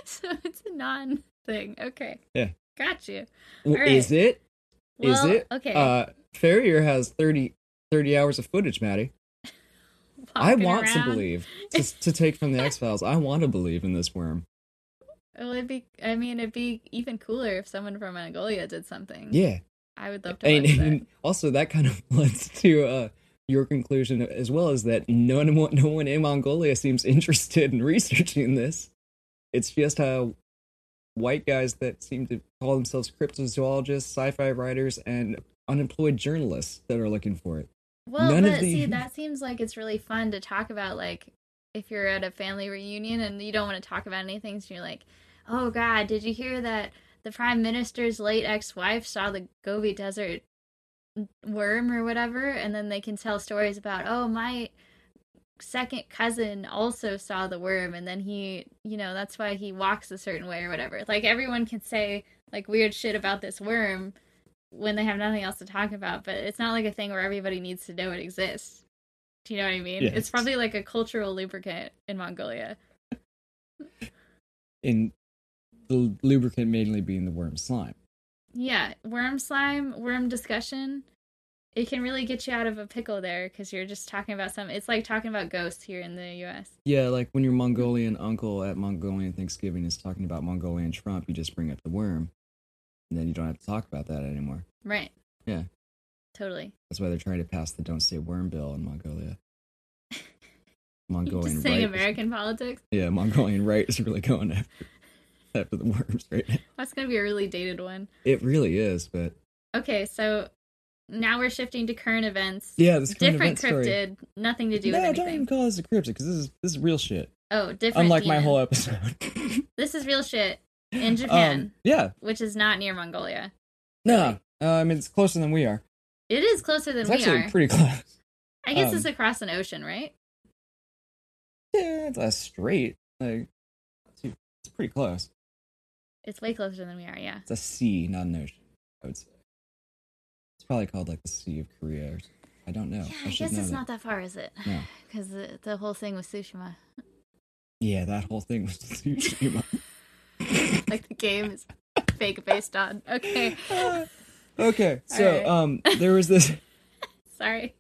S3: so it's a non thing okay
S2: Yeah.
S3: got you
S2: W
S3: All right.
S2: Is it? Is
S3: well,
S2: it?
S3: okay
S2: Uh Ferrier has 30, 30 hours of footage, Maddie. I
S3: Walking
S2: want to
S3: around.
S2: believe. To, to take from the X Files, I want to believe in this worm.
S3: well it'd be i mean it'd be even cooler if someone from mongolia did something
S2: Yeah.
S3: i would love to watch
S2: And,
S3: that.
S2: and also that kind of lends to uh your conclusion as well is that no one, no one in Mongolia seems interested in researching this. It's just how white guys that seem to call themselves cryptozoologists, sci-fi writers, and unemployed journalists that are looking for it.
S3: Well,
S2: None of
S3: but
S2: the-
S3: see, that seems like it's really fun to talk about. Like, if you're at a family reunion and you don't want to talk about anything, so you're like, "Oh God, did you hear that the prime minister's late ex-wife saw the Gobi Desert worm or whatever?" And then they can tell stories about, "Oh, my second cousin also saw the worm, and then he, you know, that's why he walks a certain way or whatever." Like everyone can say like weird shit about this worm when they have nothing else to talk about, but it's not like a thing where everybody needs to know it exists. Do you know what I mean?
S2: Yes.
S3: It's probably like a cultural lubricant in Mongolia.
S2: In the lubricant mainly being the worm slime.
S3: Yeah, worm slime, worm discussion. It can really get you out of a pickle there because you're just talking about some. It's like talking about ghosts here in the U.S.
S2: Yeah, like when your Mongolian uncle at Mongolian Thanksgiving is talking about Mongolian Trump, you just bring up the worm, and then you don't have to talk about that anymore.
S3: Right.
S2: Yeah.
S3: Totally.
S2: That's why they're trying to pass the "Don't Say Worm" bill in Mongolia.
S3: You
S2: Mongolian
S3: just
S2: right,
S3: saying
S2: is-
S3: American politics.
S2: yeah, Mongolian right is really going after after the worms right now.
S3: That's going to be a really dated one.
S2: It really is, but
S3: Okay, so now we're shifting to current events.
S2: yeah, this current
S3: different
S2: event story.
S3: cryptid, nothing to do
S2: no,
S3: with anything.
S2: don't even call this a cryptid because this is this is real shit.
S3: Oh, different.
S2: Unlike my
S3: demon.
S2: whole episode.
S3: This is real shit in
S2: Um,
S3: Japan,
S2: yeah,
S3: which is not near Mongolia.
S2: no, um, it's closer than we are.
S3: It is closer than
S2: It's
S3: we
S2: actually
S3: are.
S2: pretty close.
S3: I guess
S2: um,
S3: it's across an ocean, right?
S2: Yeah, it's less straight. Like it's it's pretty close.
S3: It's way closer than we are. Yeah.
S2: It's a sea, not an ocean. I would say it's probably called like the Sea of Korea. Or something. I don't know.
S3: yeah, I,
S2: I, should
S3: guess
S2: know
S3: it's
S2: that.
S3: not that far, is it?
S2: No.
S3: Because the, the whole thing was Tsushima,
S2: Yeah, that whole thing was Tsushima.
S3: like the game is fake based on. Okay,
S2: Ah, okay, so
S3: Alright.
S2: um, there was this
S3: sorry.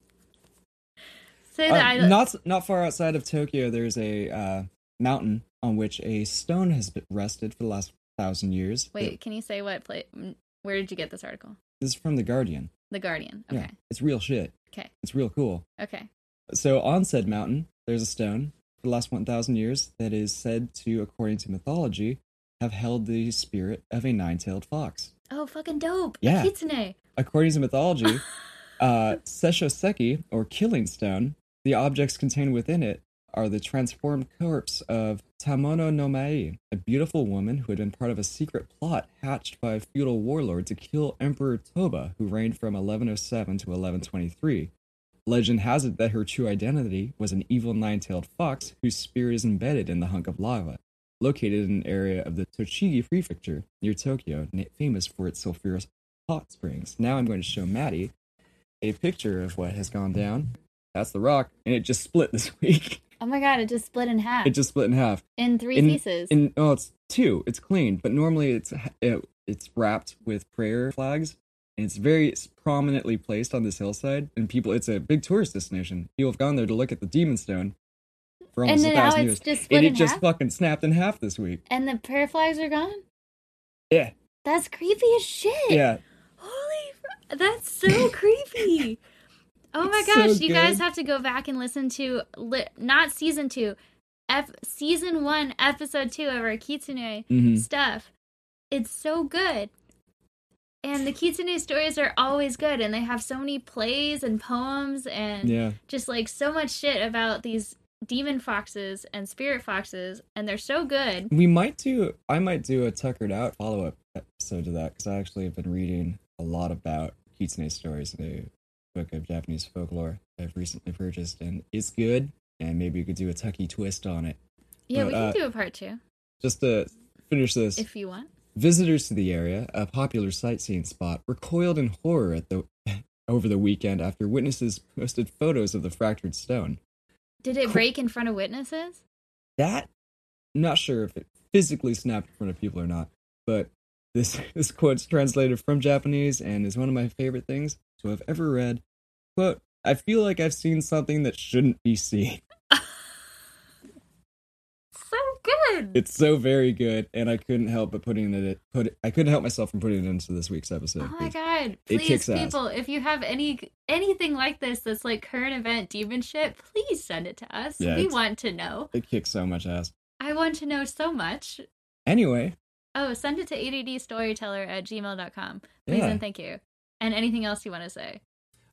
S3: Say
S2: uh,
S3: that I
S2: not not far outside of Tokyo. There's a uh, mountain on which a stone has been rested for the last thousand years.
S3: wait. Can you say what play? Where did you get this article?
S2: This is from the Guardian.
S3: The Guardian.
S2: Yeah,
S3: Okay.
S2: it's real shit.
S3: Okay.
S2: It's real cool.
S3: Okay.
S2: So on said mountain, there's a stone for the last 1,000 years that is said to, according to mythology, have held the spirit of a nine-tailed fox.
S3: Oh, fucking dope. A
S2: Yeah.
S3: Kitsune.
S2: According to mythology, uh, Seshoseki, or killing stone, the objects contained within it are the transformed corpse of Tamono no Mai, a beautiful woman who had been part of a secret plot hatched by a feudal warlord to kill Emperor Toba, who reigned from 1107 to 1123. Legend has it that her true identity was an evil nine tailed fox whose spear is embedded in the hunk of lava, located in an area of the Tochigi Prefecture near Tokyo, na- famous for its sulfurous hot springs. Now I'm going to show Maddie a picture of what has gone down. That's the rock, and it just split this week.
S3: Oh my god, it just split in half.
S2: It just split in half.
S3: in three
S2: in-
S3: pieces.
S2: And oh, it's two. It's clean, but normally it's it, it's wrapped with prayer flags, and it's very prominently placed on this hillside. And people, it's a big tourist destination. People have gone there to look at the demon stone for
S3: and
S2: almost
S3: then
S2: a
S3: now
S2: thousand
S3: it's
S2: years,
S3: just split
S2: and it
S3: in
S2: just
S3: half.
S2: fucking snapped in half this week.
S3: and the prayer flags are gone.
S2: Yeah,
S3: That's creepy as shit.
S2: yeah.
S3: Holy, fr- that's so creepy. Oh my
S2: It's so
S3: gosh, you guys
S2: good.
S3: have to go back and listen to li- not season two, F- season one, episode two of our Kitsune
S2: hmm
S3: stuff. It's so good. And the Kitsune stories are always good, and they have so many plays and poems and
S2: Yeah,
S3: just like so much shit about these demon foxes and spirit foxes, and they're so good.
S2: we might do. I might do a tuckered out follow up episode to that because I actually have been reading a lot about kitsune stories in a book of Japanese folklore I've recently purchased, and it's good. And maybe we could do a tucky twist on it.
S3: Yeah,
S2: But,
S3: we can
S2: uh,
S3: do a part two
S2: Just to finish this,
S3: if you want.
S2: visitors to the area, a popular sightseeing spot, recoiled in horror at the over the weekend after witnesses posted photos of the fractured stone.
S3: Did it
S2: Cool.
S3: break in front of witnesses?
S2: that I'm not sure if it physically snapped in front of people or not, but this this quote's translated from Japanese and is one of my favorite things to have ever read. Quote, I feel like I've seen something that shouldn't be seen.
S3: So good.
S2: It's so very good, and I couldn't help but putting it put. It, I couldn't help myself from putting it into this week's episode.
S3: Oh my
S2: 'cause
S3: god!
S2: it
S3: Please,
S2: kicks ass.
S3: people, if you have any anything like this that's like current event demon shit, please send it to us.
S2: Yeah,
S3: we
S2: it's-
S3: want to know.
S2: It kicks so much ass.
S3: I want to know so much.
S2: Anyway,
S3: Oh, send it to addstoryteller at gmail.com. Please
S2: Yeah.
S3: and thank you. And anything else you want to say.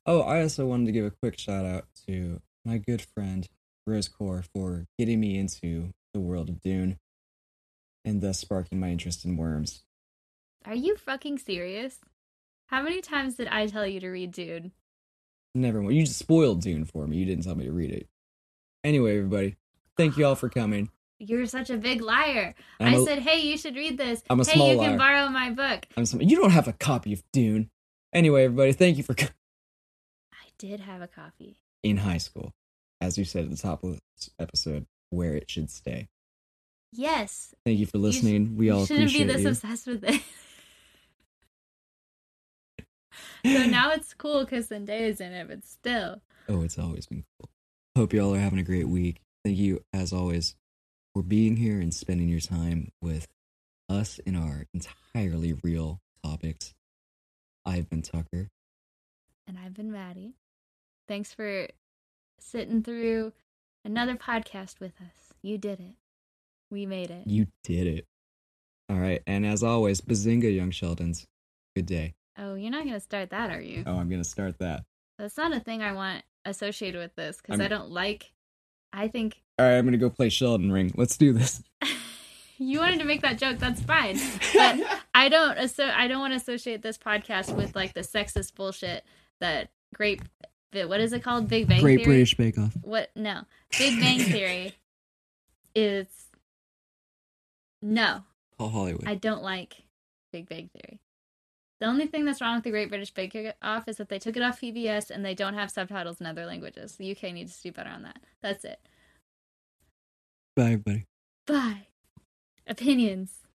S2: oh, I also wanted to give a quick shout out to my good friend Rose Core for getting me into the world of Dune, and thus sparking my interest in worms.
S3: Are you fucking serious? How many times did I tell you to read Dude?
S2: Never mind. You just spoiled Dune for me. You didn't tell me to read it. Anyway, everybody, thank you all for coming.
S3: You're such a big liar.
S2: I'm
S3: i
S2: a-
S3: said, hey, you should read this.
S2: I'm a
S3: hey,
S2: small
S3: you
S2: liar.
S3: can borrow my book.
S2: I'm some, you don't have a copy of Dune. Anyway, everybody, thank you for co-
S3: I did have a coffee.
S2: in high school, as you said at the top of this episode, where it should stay.
S3: Yes.
S2: Thank you for listening. we
S3: you
S2: all
S3: shouldn't be
S2: appreciate
S3: this
S2: you.
S3: obsessed with it. so now it's cool because Zendaya's in it, but still.
S2: oh, it's always been cool. Hope you all are having a great week. Thank you, as always, for being here and spending your time with us in our entirely real topics. I've been Tucker.
S3: And I've been Maddie. Thanks for sitting through another podcast with us. You did it. We made it.
S2: You did it. All right. And as always, Bazinga, young Sheldons. Good day.
S3: Oh, you're not going to start that, are you?
S2: Oh, I'm going to start that.
S3: That's not a thing I want associated with this because
S2: I'm-
S3: I don't like. I think
S2: All right. I'm going to go play Sheldon Ring. Let's do this.
S3: you wanted to make that joke. That's fine. But I don't. asso- I don't want to associate this podcast with like the sexist bullshit that great. that- What is it called? Big Bang
S2: Great
S3: Theory.
S2: British Bake Off.
S3: What? No. Big Bang Theory is no.
S2: Paul Hollywood.
S3: I don't like Big Bang Theory. The only thing that's wrong with the Great British Bake Off is that they took it off PBS and they don't have subtitles in other languages. The UK needs to do better on that. That's it.
S2: Bye, everybody.
S3: Bye. Opinions.